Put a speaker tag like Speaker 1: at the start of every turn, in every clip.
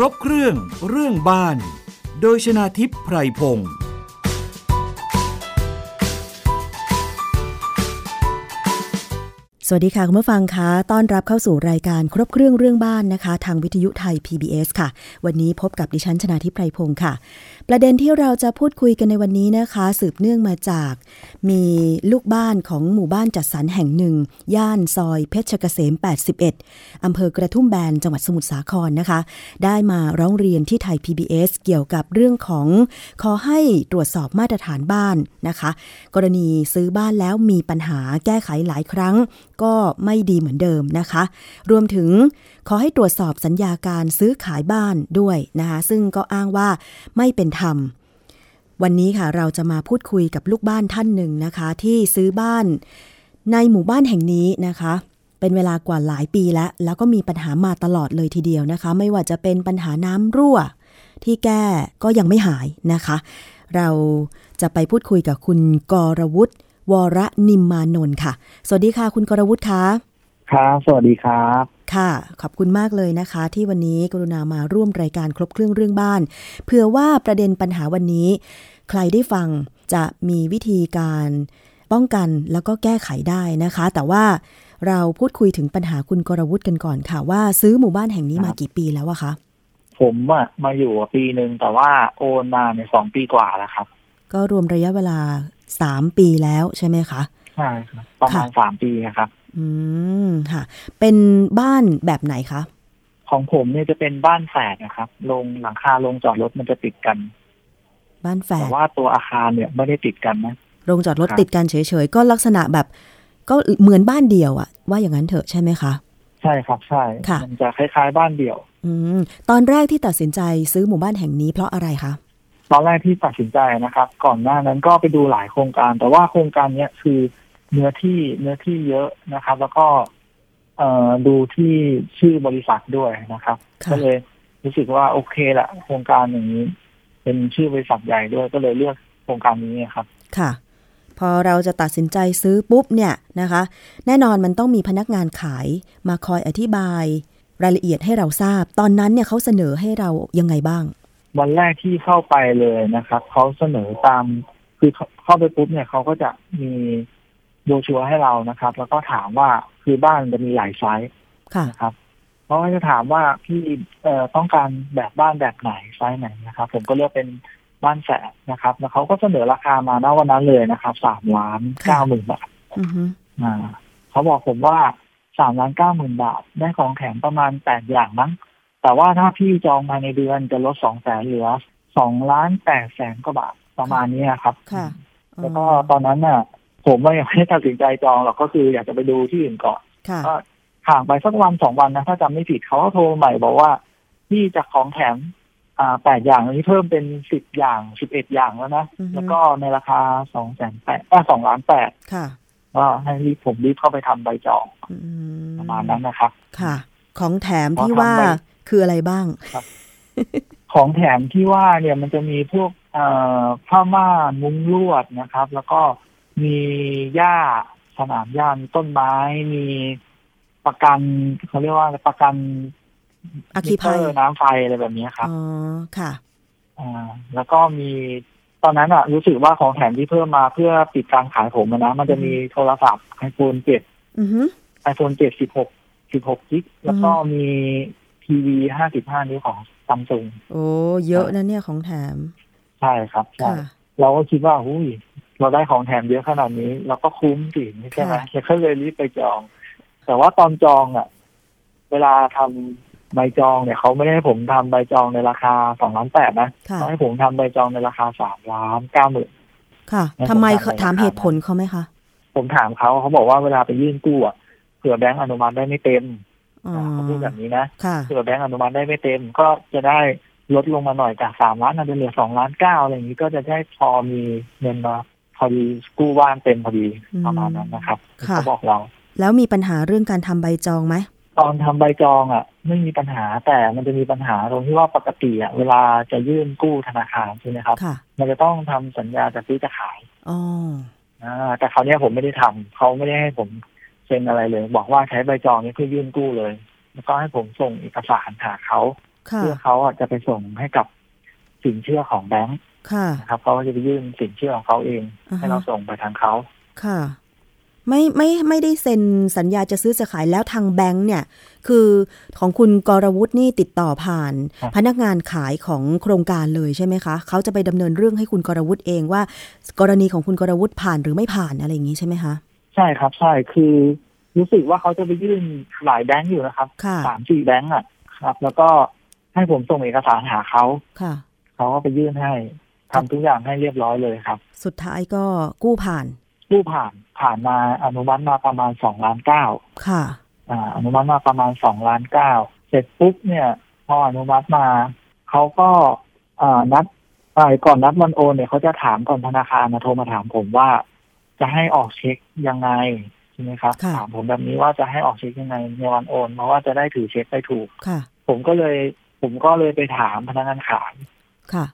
Speaker 1: รบเครื่องเรื่องบ้าน โดยชนาทิพย์ไพรพงศ์
Speaker 2: สวัสดีค่ะ คุณผู้ฟังคะต้อนรับเข้าสู่รายการครบเครื่องเรื่องบ้านนะคะ ทางวิทยุไทย PBS ค่ะ วันนี้พบกับดิฉันชนาทิพไพรพงศ์ค่ะ ประเด็นที่เราจะพูดคุยกันในวันนี้นะคะ สืบเนื่องมาจาก มีลูกบ้านของหมู่บ้านจัดสรรแห่งหนึ่ง ย่านซอยเพชรเกษม 81 อำเภอกระทุ่มแบนจังหวัดสมุทรสาครนะคะ ได้มาร้องเรียนที่ไทย PBS เกี่ยวกับเรื่องของ ขอให้ตรวจสอบมาตรฐานบ้านนะคะ กรณีซื้อบ้านแล้วมีปัญหาแก้ไขหลายครั้ง ก็ไม่ดีเหมือนเดิมนะคะ รวมถึงขอให้ตรวจสอบสัญญาการซื้อขายบ้านด้วยนะคะ ซึ่งก็อ้างว่าไม่เป็นธรรม วันนี้ค่ะเราจะมาพูดคุยกับลูกบ้านท่านหนึ่งนะคะ ที่ซื้อบ้านในหมู่บ้านแห่งนี้นะคะ เป็นเวลากว่าหลายปีแล้ว แล้วก็มีปัญหามาตลอดเลยทีเดียวนะคะ ไม่ว่าจะเป็นปัญหาน้ำรั่ว ที่แก้ก็ยังไม่หายนะคะ เราจะไปพูดคุยกับคุณกรวุฒิวรนิมมานนท์ค่ะ สวัสดีค่ะ คุณกรวุฒิค่ะ
Speaker 3: ครับ สวัสดีครับ
Speaker 2: ค่ะ ขอบคุณมากเลยนะคะ ที่วันนี้กรุณามาร่วมรายการครบเครื่องเรื่องบ้าน เผื่อว่าประเด็นปัญหาวันนี้ ใครได้ฟังจะมีวิธีการป้องกันแล้วก็แก้ไขได้นะคะ แต่ว่าเราพูดคุยถึงปัญหาคุณกรวุฒิกันก่อนค่ะ ว่าซื้อหมู่บ้านแห่งนี้มากี่ปีแล้วอะคะ
Speaker 3: ผมอะมาอยู่อะปีหนึ่งแต่ว่าโอนมาในยสองปีกว่าแล้วครับ
Speaker 2: ก็รวมระยะเวลา 3 ปีแล้วใช่ไหมคะ
Speaker 3: ใช่ครับประมาณสามปีนะครับ
Speaker 2: อืมค่ะ เป็นบ้านแบบไหนคะ
Speaker 3: ของผมเนี่ยจะเป็นบ้านแฝดนะครับ ลงหลังคาลงจอดรถมันจะติดกัน
Speaker 2: บ้านแฝ
Speaker 3: แต่
Speaker 2: ด
Speaker 3: ว่าตัวอาคารเนี่ยไม่ได้ติดกันนะ
Speaker 2: โรงจอดรถ
Speaker 3: ครับ
Speaker 2: ติดกันเฉยๆ ก็ลักษณะแบบ ก็เหมือนบ้านเดียวอะว่าอย่างนั้นเถอะใช่ไหมคะ
Speaker 3: ใช่ครับ ใช่
Speaker 2: ค่ะ
Speaker 3: มันจะคล้าย ๆ บ้านเดี่ยว
Speaker 2: อืมตอนแรกที่ตัดสินใจซื้อหมู่บ้านแห่งนี้เพราะอะไรคะ
Speaker 3: ตอนแรกที่ตัดสินใจนะครับ ก่อนหน้านั้นก็ไปดูหลายโครงการ แต่ว่าโครงการเนี้ยคือเนื้อที่เนื้อที่เยอะนะครับ แล้วก็ เอ่อดูที่ชื่อบริษัทด้วยนะครับ
Speaker 2: ค่ะ
Speaker 3: ก็เลยรู้สึกว่าโอเคละโครงการอย่างนี้ เป็นชื่อบริษัทใหญ่ด้วยก็เลยเลือกโครงการนี้ครับ
Speaker 2: ค่ะ พอเราจะตัดสินใจซื้อปุ๊บเนี่ยนะคะ แน่นอนมันต้องมีพนักงานขายมาคอยอธิบาย รายละเอียดให้เราทราบ ตอนนั้นเนี่ยเขาเสนอให้เรายังไงบ้าง
Speaker 3: วันแรกที่เข้าไปเลยนะครับเขาเสนอตามคือเข้าเข้าไปปุ๊บเนี่ยเขาก็จะมีโบรชัวร์ให้เรานะครับ แล้วก็ถามว่าคือบ้านจะมีหลายไซส์
Speaker 2: ค่ะ
Speaker 3: นะครับเขาก็จะถามว่าพี่เอ่อต้องการแบบบ้านแบบไหนไซส์ไหนนะครับ ผมก็เลือกเป็นบ้านแสนนะครับ แล้วเขาก็เสนอราคามาณวันนั้นเลยนะครับสามล้านเก้าหมื่นบาท
Speaker 2: อือฮึ
Speaker 3: อ่าเขาบอกผมว่าสามล้านเก้าหมื่นบาท ได้ของแถมประมาณแปดอย่างมั้ง แต่ว่าถ้าพี่จองภายในเดือนจะลดสองแสนเหลือสองล้านแปดแสนกว่าบาทประมาณนี้ครับ
Speaker 2: ค่ะ
Speaker 3: แล้วก็ตอนนั้นน่ะ ผมไม่ไม่ได้ตัดสินใจจองหรอกก็คืออยากจะไปดูที่อื่นก่อน
Speaker 2: ค่ะ
Speaker 3: ก็ห่างไปสักวันสองวันนะถ้าจำไม่ผิดเขาก็โทรมาใหม่บอกว่าพี่จากของแถมอ่าแปดอย่างนี้เพิ่มเป็นสิบอย่างสิบเอ็ดอย่างแล้วนะ
Speaker 2: อือฮึ
Speaker 3: แล้วก็ในราคาสองแสนแปดสองล้านแปด
Speaker 2: ค่ะ
Speaker 3: ก็ให้รีบผมรีบเข้าไปทำใบจอง
Speaker 2: อื
Speaker 3: ประมาณนั้นนะครับ
Speaker 2: ค่ะ ของแถมที่
Speaker 3: ขอทำ
Speaker 2: ว่า
Speaker 3: ไป
Speaker 2: คืออะไรบ้าง
Speaker 3: ของแถมที่ว่าเนี่ยมันจะมีพวกเอ่อผ้าม่านมุ้งลวดนะครับ แล้วก็มีหญ้าสนามหญ้ามีต้นไม้ มีประกันเขาเรียกว่าประกัน
Speaker 2: อัคคีภัย
Speaker 3: มิเตร์น้ำไฟอะไรแบบนี้ครับ
Speaker 2: อ๋อ ค่ะ
Speaker 3: าแล้วก็มีตอนนั้นอะรู้สึกว่าของแถมที่เพิ่มมาเพื่อปิดการขายผมอะนะ มันจะมีโทรศัพท์ไอโฟนเจ็ด
Speaker 2: อือฮึ
Speaker 3: iPhone 7 16 16กิกแล้วก็มีทีวี 55 นิ้วของซัมซุง
Speaker 2: โอ้เยอะนะเนี่ยของแถม
Speaker 3: ใช่ครับใช่
Speaker 2: ค่ะ
Speaker 3: เราก็คิดว่าหุ้ยเราได้ของแถมเยอะขนาดนี้ เราก็คุ้มสิใช่ไหม
Speaker 2: ค่ะ
Speaker 3: เราก็เลยรีบไปจอง แต่ว่าตอนจองอ่ะ เวลาทำใบจองเนี่ยเขาไม่ได้ให้ผมทำใบจองในราคาสองล้านแปดนะ
Speaker 2: ค่ะ
Speaker 3: เขาให้ผมทำใบจองในราคาสามล้านเก้าหมื่น
Speaker 2: ค่ะ
Speaker 3: แล้ว
Speaker 2: ทำไม
Speaker 3: ผมถา
Speaker 2: เขาถาม
Speaker 3: มหน่อยนะครับ
Speaker 2: เหตุผลเขาไหมคะ
Speaker 3: ผมถามเขาเขาบอกว่าเวลาไปยื่นกู้อ่ะเผื่อแบงก์อนุมัติได้ไม่เต็ม
Speaker 2: อ๋อ
Speaker 3: เขาพูดแบบนี้นะ
Speaker 2: ค่ะ
Speaker 3: เผื่อแบงก์อนุมัติได้ไม่เต็ม ก็จะได้ลดลงมาหน่อยจากสามล้านอาจจะเหลือสองล้านเก้าอะไรอย่างนี้ก็จะได้พอมีเงินมาพอดีกู้บ้านเต็มพอดี
Speaker 2: อืม
Speaker 3: ประมาณนั้นนะครับ
Speaker 2: ค่ะ
Speaker 3: เขาบอกเรา
Speaker 2: แล้วมีปัญหาเรื่องการทำใบจองไหม
Speaker 3: ตอนทำใบจองอ่ะ ไม่มีปัญหาแต่มันจะมีปัญหาตรงที่ว่าปกติอ่ะเวลาจะยื่นกู้ธนาคารใช่ไหมครับ
Speaker 2: ค่ะ
Speaker 3: มันจะต้องทำสัญญาจะซื้อจะขาย
Speaker 2: อ๋อ
Speaker 3: อ่าแต่คราวเนี้ยผมไม่ได้ทำเขาไม่ได้ให้ผมเซ็นอะไรเลย บอกว่าใช้ใบจองนี้เพื่อยื่นกู้เลย แล้วก็ให้ผมส่งเอกสารหาเขา
Speaker 2: ค่ะ
Speaker 3: เพื่อเขาอ่ะจะไปส่งให้กับสินเชื่อของแบงค์
Speaker 2: ค่ะ
Speaker 3: นะครับเขาก็จะไปยื่นสินเชื่อของเขาเอง
Speaker 2: อ่าฮะ
Speaker 3: ให้เราส่งไปทางเขา
Speaker 2: ค่ะ ไม่ไม่ไม่ได้เซ็นสัญญาจะซื้อจะขายแล้วทางแบงค์เนี่ย คือของคุณกรวุฒินี่ติดต่อผ่าน
Speaker 3: ครับ
Speaker 2: พนักงานขายของโครงการเลยใช่ไหมคะ เขาจะไปดำเนินเรื่องให้คุณกรวุฒิเองว่า กรณีของคุณกรวุฒิผ่านหรือไม่ผ่านอะไรอย่างนี้ใช่ไหมคะ
Speaker 3: ใช่ครับใช่คือรู้สึกว่าเขาจะไปยื่นหลายแบงค์อยู่นะครับ
Speaker 2: ค่ะ
Speaker 3: สามสี่แบงค์อ่ะครับ แล้วก็ให้ผมส่งเอกสารหาเขา
Speaker 2: ค่ะ
Speaker 3: เขาก็ไปยื่นให้ทำทุกอย่างให้เรียบร้อยเลยครับ
Speaker 2: สุดท้ายก็กู้ผ่าน
Speaker 3: ผู้ผ่านผ่านมาอนุมัติมาประมาณสองล้านเก้า
Speaker 2: ค่ะ
Speaker 3: อ่าอนุมัติมาประมาณสองล้านเก้าเสร็จปุ๊บเนี่ย พออนุมัติมา เขาก็อ่านัดอ่าก่อนนัดวันโอนเนี่ยเขาจะถามก่อนธนาคารมาโทรมาถามผมว่า จะให้ออกเช็คยังไงใช่ไหมครับ
Speaker 2: ค่ะ
Speaker 3: ถามผมแบบนี้ว่าจะให้ออกเช็คยังไงในวันโอนเพราะว่าจะได้ถือเช็คได้ถูก
Speaker 2: ค่ะ
Speaker 3: ผมก็เลย ผมก็เลยไปถามพนักงานขาย
Speaker 2: ค่ะ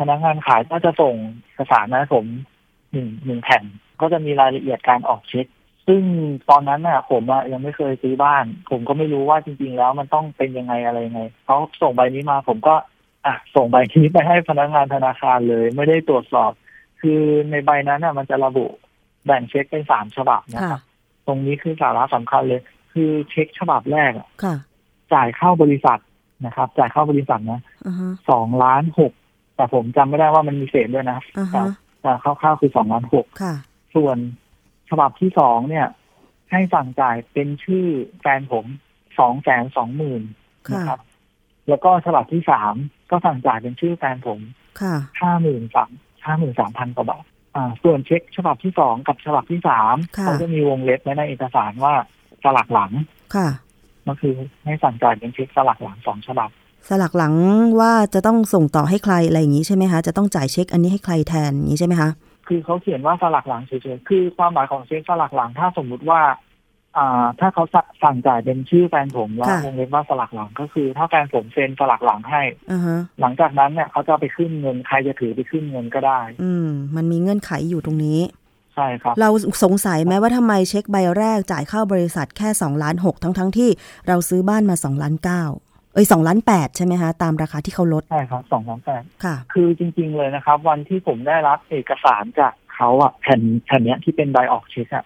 Speaker 3: พนักงานขายก็จะส่งเอกสารมาให้ผมหนึ่งหนึ่งแผ่น ก็จะมีรายละเอียดการออกเช็ค ซึ่งตอนนั้นน่ะ ผมอะยังไม่เคยซื้อบ้าน ผมก็ไม่รู้ว่าจริง ๆ แล้วมันต้องเป็นยังไงอะไรยังไงเขาส่งใบนี้มา ผมก็อ่ะส่งใบนี้ไปให้พนักงานธนาคารเลย ไม่ได้ตรวจสอบ คือในใบนั้นน่ะ มันจะระบุแบ่งเช็คเป็นสามฉบับนะ
Speaker 2: ค่ะ
Speaker 3: ครับตรงนี้คือสาระสำคัญเลย คือเช็คฉบับแรกอะ
Speaker 2: ค่ะ
Speaker 3: จ่ายเข้าบริษัทนะครับ จ่ายเข้าบริษัทนะ
Speaker 2: อ่าฮะ
Speaker 3: สองล้านหกแต่ผมจำไม่ได้ว่ามันมีเศษด้วยนะ
Speaker 2: อ่า
Speaker 3: แต่
Speaker 2: ฮะ
Speaker 3: แต่คร่าวๆคือสองล้านหก
Speaker 2: ค่ะ
Speaker 3: ส่วนฉบับที่สองเนี่ย ให้สั่งจ่ายเป็นชื่อแฟนผมสองแสนสองหมื่น
Speaker 2: ค่ะ
Speaker 3: นะครับ แล้วก็ฉบับที่สามก็สั่งจ่ายเป็นชื่อแฟนผม
Speaker 2: ค่ะ
Speaker 3: ห้าหมื่นสามห้าหมื่นสามพันกว่าบาทอ่า ส่วนเช็คฉบับที่สองกับฉบับที่สาม
Speaker 2: ค่ะ
Speaker 3: เขาจะมีวงเล็บไว้ในเอกสารว่าสลักหลัง
Speaker 2: ค่ะ
Speaker 3: ก็คือให้สั่งจ่ายเป็นเช็คสลักหลังสองฉบับ
Speaker 2: สลักหลังว่าจะต้องส่งต่อให้ใครอะไรอย่างนี้ใช่ไหมคะ จะต้องจ่ายเช็คอันนี้ให้ใครแทนอย่างนี้ใช่ไหมคะ
Speaker 3: คือเขาเขียนว่าสลักหลังเฉยๆ คือความหมายของเช็คสลักหลังถ้าสมมุติว่า อ่า ถ้าเขาสสั่งจ่ายเป็นชื่อแฟนผมแล้ว
Speaker 2: ค่ะ
Speaker 3: วงเล็บว่าสลักหลังก็คือ ถ้าแฟนผมเซ็นสลักหลังให้
Speaker 2: อ่าฮะ
Speaker 3: หลังจากนั้นเนี่ยเขาจะเอาไปขึ้นเงินใครจะถือไปขึ้นเงินก็ได้
Speaker 2: อืม มันมีเงื่อนไขอยู่ตรงนี้
Speaker 3: ใช่ครับ
Speaker 2: เราสงสัยไหมว่าทำไมเช็คใบแรกจ่ายเข้าบริษัทแค่2ล้าน6ทั้งทั้งๆที่เราซื้อบ้านมา2ล้าน9เอ้ย2ล้าน8ใช่ไหมคะ ตามราคาที่เขาลด
Speaker 3: ใช่ครับสองสามแสน
Speaker 2: ค่ะ
Speaker 3: คือจริง ๆเลยนะครับ วันที่ผมได้รับเอกสารจากเขาอะแผ่นแผ่นเนี้ยที่เป็นใบออกเช็คอะ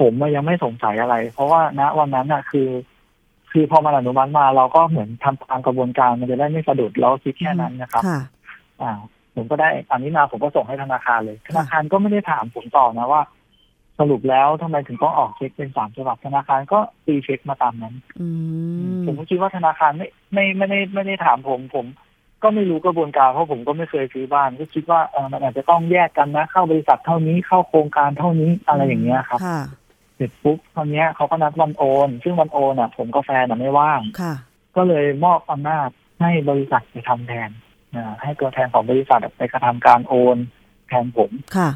Speaker 3: ผมอะยังไม่สงสัยอะไร เพราะว่าณวันนั้นอะคือ คือพอมันอนุมัติมาเราก็เหมือนทำตามกระบวนการมันจะได้ไม่สะดุดเราคิดแค่นั้นนะครับ
Speaker 2: ค่ะ
Speaker 3: อ่าผมก็ได้อันนี้มาผมก็ส่งให้ธนาคารเลย ธนาคารก็ไม่ได้ถามผมต่อนะว่า สรุปแล้วทำไมถึงต้องออกเช็คเป็นสามฉบับธนาคารก็ตีเช็คมาตามนั้น
Speaker 2: อืม
Speaker 3: ผมก็คิดว่าธนาคารไม่ไม่ไม่ได้ไม่ได้ถามผม ผม ก็ไม่รู้กระบวนการเพราะผมก็ไม่เคยซื้อบ้าน ก็คิดว่าเออมันอาจจะต้องแยกกันนะ เข้าบริษัทเท่านี้เข้าโครงการเท่านี้อะไรอย่างเงี้ยครับ
Speaker 2: ค่ะ
Speaker 3: เสร็จปุ๊บคราวเนี้ยเขาก็นัดวันโอนซึ่งวันโอนอ่ะ ผมกับแฟนอ่ะไม่ว่าง
Speaker 2: ค่ะ
Speaker 3: ก็เลยมอบอำนาจให้บริษัทไปทำแทนอ่าให้ตัวแทนของบริษัทไปกระทำการโอนแทนผม
Speaker 2: ค่ะ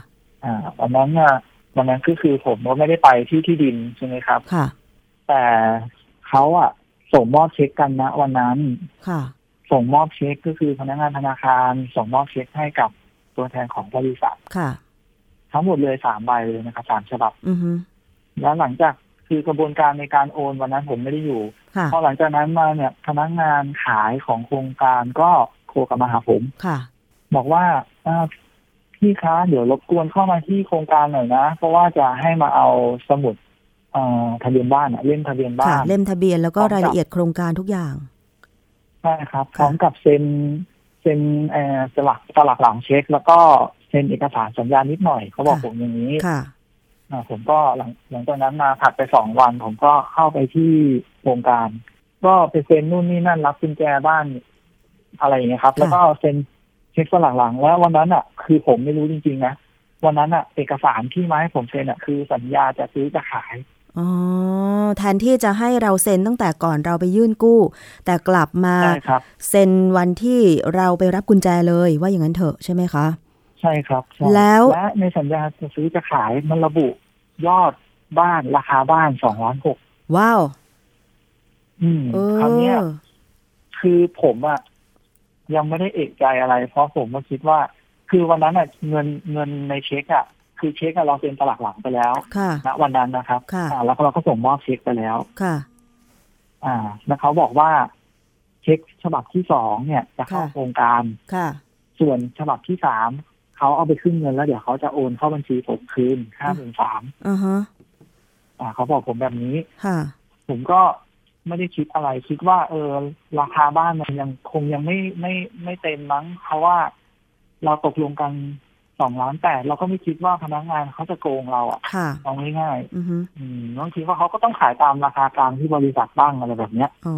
Speaker 3: อ่าวันนั้นน่ะวันนั้นก็คือผมก็ไม่ได้ไปที่ที่ดินใช่ไหมครับ
Speaker 2: ค่ะ
Speaker 3: แต่เขาอะส่งมอบเช็คกันนะวันนั้น
Speaker 2: ค่ะ
Speaker 3: ส่งมอบเช็คก็คือพนักงานธนาคาร ส่งมอบเช็คให้กับตัวแทนของบริษัท
Speaker 2: ค่ะ
Speaker 3: ทั้งหมดเลยสามใบเลยนะครับสามฉบับ
Speaker 2: อือฮึ
Speaker 3: แล้วหลังจากคือกระบวนการในการโอนวันนั้นผมไม่ได้อยู่
Speaker 2: ค่ะ
Speaker 3: พอหลังจากนั้นมาเนี่ยพนักงานขายของโครงการก็โทรกลับมาหาผม
Speaker 2: ค่ะ
Speaker 3: บอกว่าอ่าพี่คะเดี๋ยวรบกวนเข้ามาที่โครงการหน่อยนะ เพราะว่าจะให้มาเอาสมุดเอ่อทะเบียนบ้านอะเล่มทะเบียนบ้า
Speaker 2: ค่ะ
Speaker 3: น
Speaker 2: เล่มทะเบียนแล้วก็
Speaker 3: พร้อมกับ
Speaker 2: รายละเอียดโครงการทุกอย่าง
Speaker 3: ใช่ครับ
Speaker 2: ค่ะ
Speaker 3: พร้อมกับเซ็นเซ็นเอ่อสลักสลักหลังเช็ค แล้วก็เซ็นเอกสารสัญญานิดหน่อยเขาบอกผมอย่างนี้
Speaker 2: ค่ะ
Speaker 3: อ่าผมก็หลังหลังจากนั้นมาผัดไปสองวัน ผมก็เข้าไปที่โครงการ ก็ไปเซ็นนู่นนี่นั่นรับกุญแจบ้านอะไรอย่างเงี้ยครับ
Speaker 2: ค่ะ
Speaker 3: แล้วก็เซ็นเช็คสลักหลังแล้ววันนั้นอ่ะ คือผมไม่รู้จริงๆนะวันนั้นอ่ะ เอกสารที่มาให้ผมเซ็นอ่ะคือสัญญาจะซื้อจะขาย
Speaker 2: อ๋อ แทนที่จะให้เราเซ็นตั้งแต่ก่อนเราไปยื่นกู้ แต่กลับมา
Speaker 3: ใช่ครับ
Speaker 2: เซ็นวันที่เราไปรับกุญแจเลยว่าอย่างนั้นเถอะใช่ไหมคะ
Speaker 3: ใช่ครับใช่
Speaker 2: แล้ว
Speaker 3: และในสัญญาจะซื้อจะขายมันระบุยอดบ้านราคาบ้านสองล้านหก
Speaker 2: ว้าวเอ
Speaker 3: คราวเนี้ย
Speaker 2: อ
Speaker 3: คือผมอะยังไม่ได้เอกใจอะไร เพราะผมก็คิดว่า คือวันนั้นอะเงินเงินในเช็คอะคือเช็คอะเราเซ็นสลักหลังไปแล้ว
Speaker 2: ค่ะ
Speaker 3: ณวันนั้นนะครับ
Speaker 2: ค่ะ
Speaker 3: อ่าแล้วเราก็ส่งมอบเช็คไปแล้ว
Speaker 2: ค่ะ
Speaker 3: อ่า แล้วเขาบอกว่า เช็คฉบับที่สองเนี่ยจะเข้า
Speaker 2: ค่ะ
Speaker 3: โครงการ
Speaker 2: ค่ะ
Speaker 3: ส่วนฉบับที่สามเขาเอาไปขึ้นเงินแล้วเดี๋ยวเขาจะโอนเข้าบัญชีผมคืนห้าหมื่นสาม
Speaker 2: อ่าฮะ
Speaker 3: อ่าเขาบอกผมแบบนี้
Speaker 2: ค่ะ
Speaker 3: ผมก็ไม่ได้คิดอะไรคิดว่า เออ ราคาบ้านมันยังคงยังไม่ไม่ไม่เต็มมั้ง เพราะว่าเราตกลงกันสองล้านแต่เราก็ไม่คิดว่าพนักงานเขาจะโกงเราอะ
Speaker 2: ค่ะ
Speaker 3: เอาง่าย
Speaker 2: อือฮึ
Speaker 3: ๆอืมต้องคิดว่าเขาก็ต้องขายตามราคากลางที่บริษัทบ้างอะไรแบบเนี้ย
Speaker 2: อ๋อ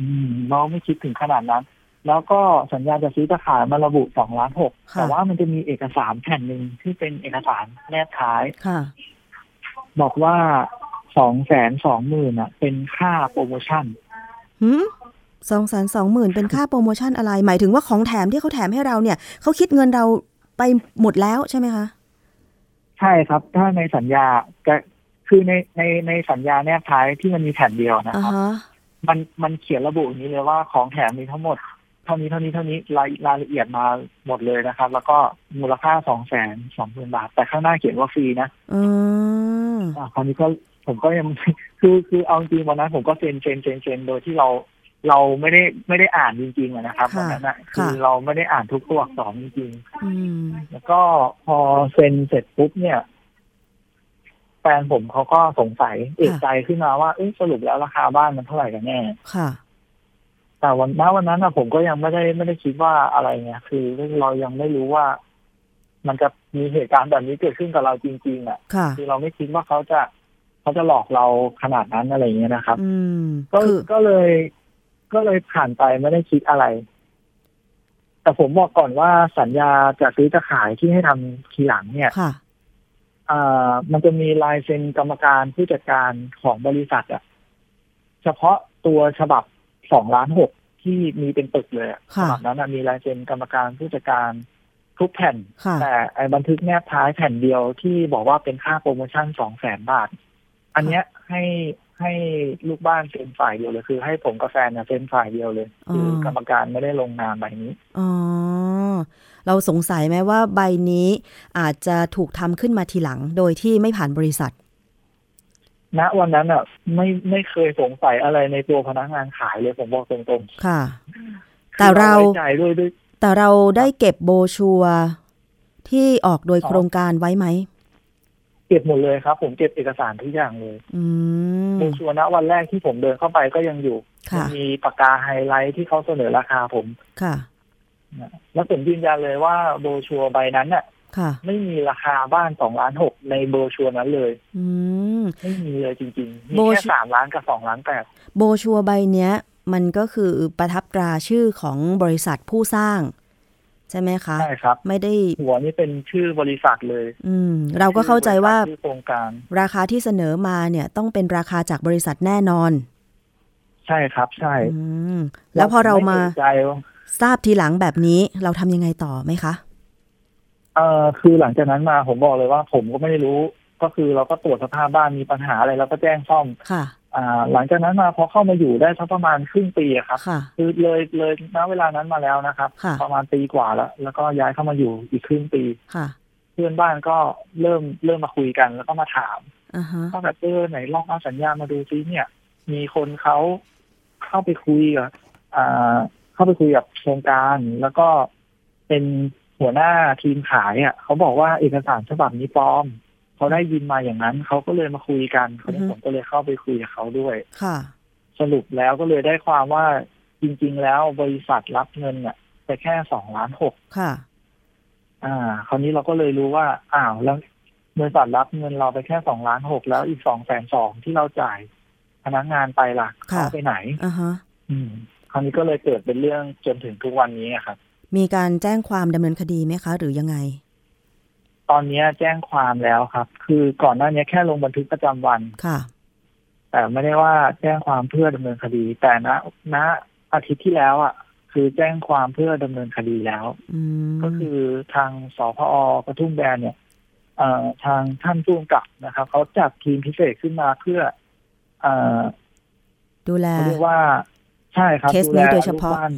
Speaker 3: อืมเราไม่คิดถึงขนาดนั้น แล้วก็สัญญาจะซื้อจะขายมาระบุสองล้านหก
Speaker 2: ค่ะ
Speaker 3: แต่ว่ามันจะมีเอกสารแผ่นหนึ่งที่เป็นเอกสารแนบท้าย
Speaker 2: ค่ะ
Speaker 3: บอกว่าสองแสนสองหมื่นอ่ะ เป็นค่าโปรโมชั่น
Speaker 2: หืมสองแสนสองหมื่นเป็นค่าโปรโมชั่นอะไร หมายถึงว่าของแถมที่เขาแถมให้เราเนี่ย เขาคิดเงินเราไปหมดแล้วใช่ไหมคะ
Speaker 3: ใช่ครับ ถ้าในสัญญาก็คือในในในสัญญาแนบท้ายที่มันมีแผ่นเดียวนะ
Speaker 2: อ่า
Speaker 3: ครับ
Speaker 2: ฮะ
Speaker 3: มันมันเขียนระบุอย่างนี้เลยว่าของแถมมีทั้งหมด เท่านี้เท่านี้เท่านี้รายรายละเอียดมาหมดเลยนะครับ แล้วก็มูลค่าสองแสนสองหมื่นบาท แต่ข้างหน้าเขียนว่าฟรีนะ
Speaker 2: อืม
Speaker 3: อ่ะคราวนี้ก็ผมก็ยัง คือคือเอาจริงวันนั้นผมก็เซ็นเซ็นเซ็นเซ็นโดยที่เราเราไม่ได้ไม่ได้อ่านจริงๆอะนะครับ
Speaker 2: ค่ะ
Speaker 3: วันนั้นอะ
Speaker 2: ค่ะ
Speaker 3: คือเราไม่ได้อ่านทุกตัวอักษรจริง
Speaker 2: อืม
Speaker 3: ๆแล้วก็พอเซ็นเสร็จปุ๊บเนี่ยแฟนผมเขาก็สงสัยเอกใจขึ้นมาว่าเอ้ยสรุปแล้วราคาบ้านมันเท่าไหร่กันแน่
Speaker 2: ค่ะ
Speaker 3: แต่วันณวันนั้นอะผมก็ยังไม่ได้ไม่ได้คิดว่าอะไรไงคือเรายังไม่รู้ว่า มันจะมีเหตุการณ์แบบนี้เกิดขึ้นกับเราจริงๆอะ
Speaker 2: ค่ะ
Speaker 3: คือเราไม่คิดว่าเขาจะเขาจะหลอกเราขนาดนั้นอะไรอย่างเงี้ยนะครับ
Speaker 2: อืม
Speaker 3: ก็
Speaker 2: คือ
Speaker 3: ก็เลย ก็เลยผ่านไปไม่ได้คิดอะไร แต่ผมบอกก่อนว่าสัญญาจะซื้อจะขายที่ให้ทำทีหลังเนี่ย
Speaker 2: ค่ะ
Speaker 3: อ่ามันจะมีลายเซ็นกรรมการผู้จัดการของบริษัทอะเฉพาะตัวฉบับสองล้านหกที่มีเป็นปึกเลยอะฉ
Speaker 2: ค่ะ
Speaker 3: บับนั้นอะมีลายเซ็นกรรมการผู้จัดการทุกแผ่น
Speaker 2: ค่ะ
Speaker 3: แต่ไอ้บันทึกแนบท้ายแผ่นเดียวที่บอกว่าเป็นค่าโปรโมชั่นสองแสนบาท อันเนี้ยให้ให้ลูกบ้านเซ็นฝ่ายเดียวเลย คือให้ผมกับแฟนเนี่ยเซ็นฝ่ายเดียวเลย คืออ
Speaker 2: อ
Speaker 3: กรรมการไม่ได้ลงนามใบนี้
Speaker 2: อ๋อ เราสงสัยไหมว่าใบนี้อาจจะถูกทำขึ้นมาทีหลังโดยที่ไม่ผ่านบริษัท
Speaker 3: ณวันนั้นอ่ะ ไม่ไม่เคยสงสัยอะไรในตัวพนักงานขายเลยผมบอกตรง
Speaker 2: ค่ะ
Speaker 3: ๆ
Speaker 2: แต่เรา
Speaker 3: คือไว้ใจด้วยด้วย
Speaker 2: แต่เราได้เก็บโบรชัวร์ที่ออกโดย
Speaker 3: อ๋อ
Speaker 2: โครงการไว้ไหม
Speaker 3: เก็บหมดเลยครับ ผมเก็บเอกสารทุกอย่างเลย
Speaker 2: อืม
Speaker 3: ในชัวร์ณวันแรกที่ผมเดินเข้าไปก็ยังอยู่
Speaker 2: ค่ะ
Speaker 3: มีปากกาไฮไลท์ที่เขาเสนอราคาผม
Speaker 2: ค่ะ
Speaker 3: แล้วผมยืนยันเลยว่าโบรชัวร์ใบนั้นน่ะ
Speaker 2: ค่ะ
Speaker 3: ไม่มีราคาบ้านสองล้านหกในโบรชัวร์นั้นเลย
Speaker 2: อืม
Speaker 3: ไม่มีเลยจริงๆ มี
Speaker 2: โบร
Speaker 3: แค่
Speaker 2: ชัวร์
Speaker 3: สามล้านกับสองล้านแปด
Speaker 2: โบรชัวร์ใบเนี้ย มันก็คือประทับตราชื่อของบริษัทผู้สร้าง ใช่ไหมคะ
Speaker 3: ใช่ครับ
Speaker 2: ไม่ได้
Speaker 3: หัวนี่เป็นชื่อบริษัทเลย
Speaker 2: อืม เราก็เข้าใจว่า
Speaker 3: ชื่อโครงการ
Speaker 2: ราคาที่เสนอมาเนี่ย ต้องเป็นราคาจากบริษัทแน่นอน
Speaker 3: ใช่ครับ ใช่
Speaker 2: อืม แล้วพอเรามา
Speaker 3: ไเอกใจว่า
Speaker 2: ทราบทีหลังแบบนี้เราทำยังไงต่อไหมคะ
Speaker 3: เออคือหลังจากนั้นมาผมบอกเลยว่าผมก็ไม่ได้รู้ ก็คือเราก็ตรวจสภาพบ้านมีปัญหาอะไรเราก็แจ้งซ่อม
Speaker 2: ค่ะ
Speaker 3: อ่า หลังจากนั้นมาพอเข้ามาอยู่ได้สักประมาณครึ่งปีอะครับ
Speaker 2: ค่ะ
Speaker 3: คือเลยเลยณเวลานั้นมาแล้วนะครับ
Speaker 2: ค่ะ
Speaker 3: ประมาณปีกว่าแล้ว แล้วก็ย้ายเข้ามาอยู่อีกครึ่งปี
Speaker 2: ค่ะ
Speaker 3: เพื่อนบ้านก็เริ่มเริ่มมาคุยกันแล้วก็มาถาม
Speaker 2: อ่าฮะ
Speaker 3: ว่าแบบเออไหนลองเอาสัญญามาดูซิเนี่ย มีคนเขาเข้าไปคุยกับอ่าเข้าไปคุยกับโครงการ แล้วก็เป็นหัวหน้าทีมขายอ่ะเขาบอกว่าเอกสารฉบับนี้ปลอมเขาได้ยินมาอย่างนั้นเขาก็เลยมาคุยกันคราว
Speaker 2: อื
Speaker 3: นี้
Speaker 2: อฮึ
Speaker 3: ผมก็เลยเข้าไปคุยกับเขาด้วย
Speaker 2: ค่ะ
Speaker 3: สรุปแล้วก็เลยได้ความว่าจริง ๆ แล้วบริษัทรับเงินอ่ะไปแค่สองล้านหก
Speaker 2: ค่ะ
Speaker 3: อ่า คราวนี้เราก็เลยรู้ว่า อ้าวแล้วบริษัทรับเงินเราไปแค่สองล้านหกแล้วอีกสองแสนสองที่เราจ่ายพนักงานไปล่ะ
Speaker 2: ค่ะ
Speaker 3: เขาไปไหน
Speaker 2: อ่าฮะ
Speaker 3: อืม คราวนี้ก็เลยเกิดเป็นเรื่องจนถึงทุกวันนี้อะครับ
Speaker 2: มีการแจ้งความดำเนินคดีไหมคะ หรือยังไง
Speaker 3: ตอนนี้แจ้งความแล้วครับ คือก่อนหน้านี้แค่ลงบันทึกประจำวัน
Speaker 2: ค่ะ
Speaker 3: แต่ไม่ได้ว่าแจ้งความเพื่อดำเนินคดี แต่ณณอาทิตย์ที่แล้วอ่ะ คือแจ้งความเพื่อดำเนินคดีแล้ว
Speaker 2: อืม
Speaker 3: ก็คือทางสพอปทุมแบนเนี่ยเอ่อทางท่านผู้กำกับนะครับเขาจัดทีมพิเศษขึ้นมาเพื่อเอ่อ
Speaker 2: ดูแล
Speaker 3: เขาเรียกว่าใช่ครับ
Speaker 2: เคสนี้โดยเฉพาะ
Speaker 3: ลูกบ้น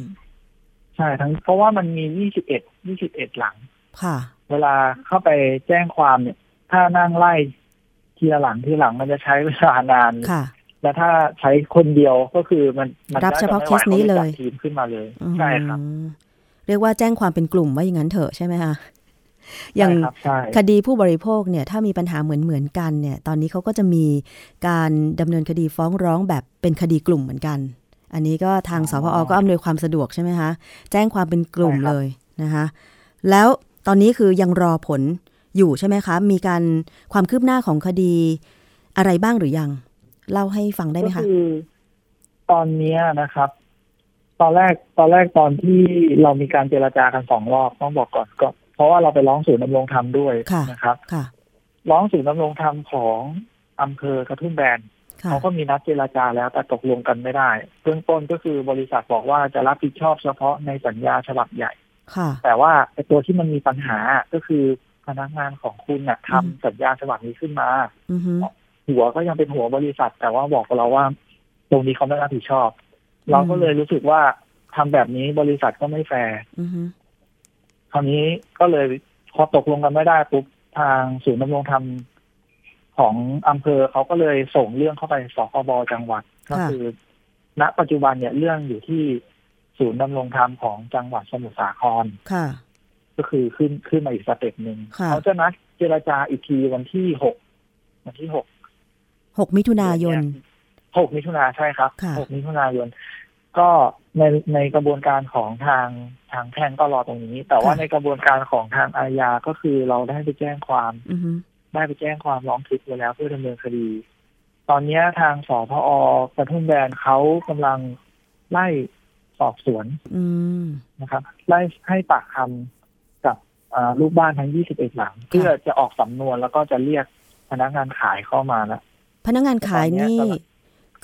Speaker 3: ใช่ทั้งเพราะว่ามันมี 21 21 หลัง
Speaker 2: ค่ะ
Speaker 3: เวลาเข้าไปแจ้งความเนี่ย ถ้านั่งไล่ทีละหลังทีละหลังมันจะใช้เวลานาน
Speaker 2: ค่ะ
Speaker 3: และถ้าใช้คนเดียวก็คือมันมัน
Speaker 2: รับเฉพาะ
Speaker 3: น่จ
Speaker 2: เคสนี้เลย
Speaker 3: ไม่ไหวขาจัดทีมขึ้นมาเลย
Speaker 2: อืม
Speaker 3: ใช่ครับ
Speaker 2: เรียกว่าแจ้งความเป็นกลุ่มว่าอย่างนั้นเถอะใช่ไหมคะอย่าง
Speaker 3: ใช่ครับใช่
Speaker 2: คดีผู้บริโภคเนี่ยถ้ามีปัญหาเหมือนเหมือนกันเนี่ยตอนนี้เขาก็จะมีการดำเนินคดีฟ้องร้องแบบเป็นคดีกลุ่มเหมือนกัน อันนี้ก็ทาง
Speaker 3: อ๋
Speaker 2: ส
Speaker 3: อ
Speaker 2: พอก็อำนวยความสะดวกใช่ไหมคะแจ้งความเป็นกลุ่ม
Speaker 3: ใช่ค
Speaker 2: เล
Speaker 3: รับ
Speaker 2: ยนะคะแล้วตอนนี้คือยังรอผลอยู่ใช่ไหมคะ มีการความคืบหน้าของคดีอะไรบ้างหรือยัง เล่าให้ฟังได้ไหมคะ
Speaker 3: ก็คือตอนเนี้ยนะครับ ตอนแรกตอนแรกตอนที่เรามีการเจรจากันสองรอบต้องบอกก่อนก็ เพราะว่าเราไปร้องศูนย์ดำรงธรรมด้วย
Speaker 2: ค่ะ
Speaker 3: นะครับ
Speaker 2: ค่ะ
Speaker 3: ร้องศูนย์ดำรงธรรมของอำเภอกระทุ่มแบน
Speaker 2: ค่ะ
Speaker 3: เขาก็มีนัดเจรจาแล้วแต่ตกลงกันไม่ได้เบื้องต้นก็คือบริษัทบอกว่าจะรับผิดชอบเฉพาะในสัญญาฉบับใหญ่
Speaker 2: ค่ะ
Speaker 3: แต่ว่าไอ้ตัวที่มันมีปัญหาก็คือพนักงานของคุณน่ะทำสัญญาฉบับนี้ขึ้นมา
Speaker 2: อือฮึ
Speaker 3: หัวก็ยังเป็นหัวบริษัท แต่ว่าบอกกับเราว่า ตรงนี้เขาไม่รับผิดชอบ เราก็เลยรู้สึกว่าทำแบบนี้บริษัทก็ไม่แฟร์
Speaker 2: อือฮึ
Speaker 3: คราวนี้ก็เลยพอตกลงกันไม่ได้ปุ๊บทางศูนย์ดำรงธรรมของอำเภอเขาก็เลยส่งเรื่องเข้าไปสคบจังหวัด ก็คือ ณ ปัจจุบันเนี่ยเรื่องอยู่ที่ศูนย์ดำรงธรรมของจังหวัดสมุทรสาคร
Speaker 2: ค่ะ
Speaker 3: ก็คือขึ้นขึ้นมาอีกสเต็ปหนึ่ง
Speaker 2: ค่ะ
Speaker 3: เขาจะนัดเจรจาอีกทีวันที่หกวันที่หก
Speaker 2: หกมิถุนายน
Speaker 3: หกมิถุนาใช่ครับ
Speaker 2: ค่ะ
Speaker 3: หกมิถุนายน ก็ในในกระบวนการของทางทางแพ่งก็รอตรงนี้ แต่ว่าในกระบวนการของทางอาญาก็คือเราได้ไปแจ้งความ
Speaker 2: อือฮึ
Speaker 3: ได้ไปแจ้งความร้องทุกข์ไว้แล้วเพื่อดำเนินคดี ตอนเนี้ยทางสพอกระทุ่มแบนเขากำลังไล่สอบสวน
Speaker 2: อืม
Speaker 3: นะครับ ไล่ให้ปากคำกับอ่าลูกบ้านทั้ง 21 หลัง เพื่อจะออกสำนวนแล้วก็จะเรียกพนักงานขายเข้ามาละ
Speaker 2: พนักงานขายนี่
Speaker 3: ตอนเนี้ย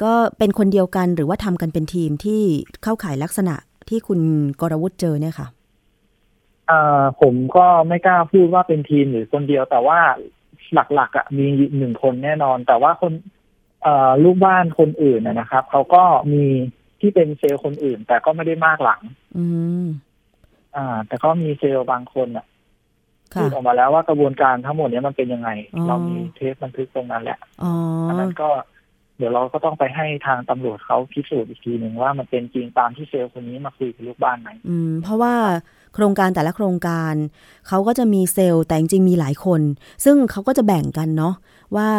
Speaker 2: ก็เป็นคนเดียวกันหรือว่าทำกันเป็นทีมที่เข้าขายลักษณะที่คุณกรวุฒิเจอเนี่ยค่ะ
Speaker 3: เอ่อผมก็ไม่กล้าพูดว่าเป็นทีมหรือคนเดียว แต่ว่าหลักๆอ่ะมีหนึ่งคนแน่นอน แต่ว่าคนเอ่อลูกบ้านคนอื่นนะนะครับเขาก็มีที่เป็นเซลล์คนอื่น แต่ก็ไม่ได้มากหลัง
Speaker 2: อืม
Speaker 3: อ่า แต่ก็มีเซลล์บางคนอ่ะ
Speaker 2: ค่ะ
Speaker 3: พูดออกมาแล้วว่ากระบวนการทั้งหมดเนี้ยมันเป็นยังไง
Speaker 2: อ๋อ
Speaker 3: เรามีเทปบันทึกตรงนั้นแหละ
Speaker 2: อ๋อ
Speaker 3: อันนั้นก็เดี๋ยวเราก็ต้องไปให้ทางตำรวจเขาพิสูจน์อีกทีหนึ่งว่ามันเป็นจริงตามที่เซลล์คนนี้มาคุยกับลูกบ้านไหม
Speaker 2: อืม เพราะว่าโครงการแต่ละโครงการเขาก็จะมีเซลล์แต่จริงๆมีหลายคน ซึ่งเขาก็จะแบ่งกันเนาะว่า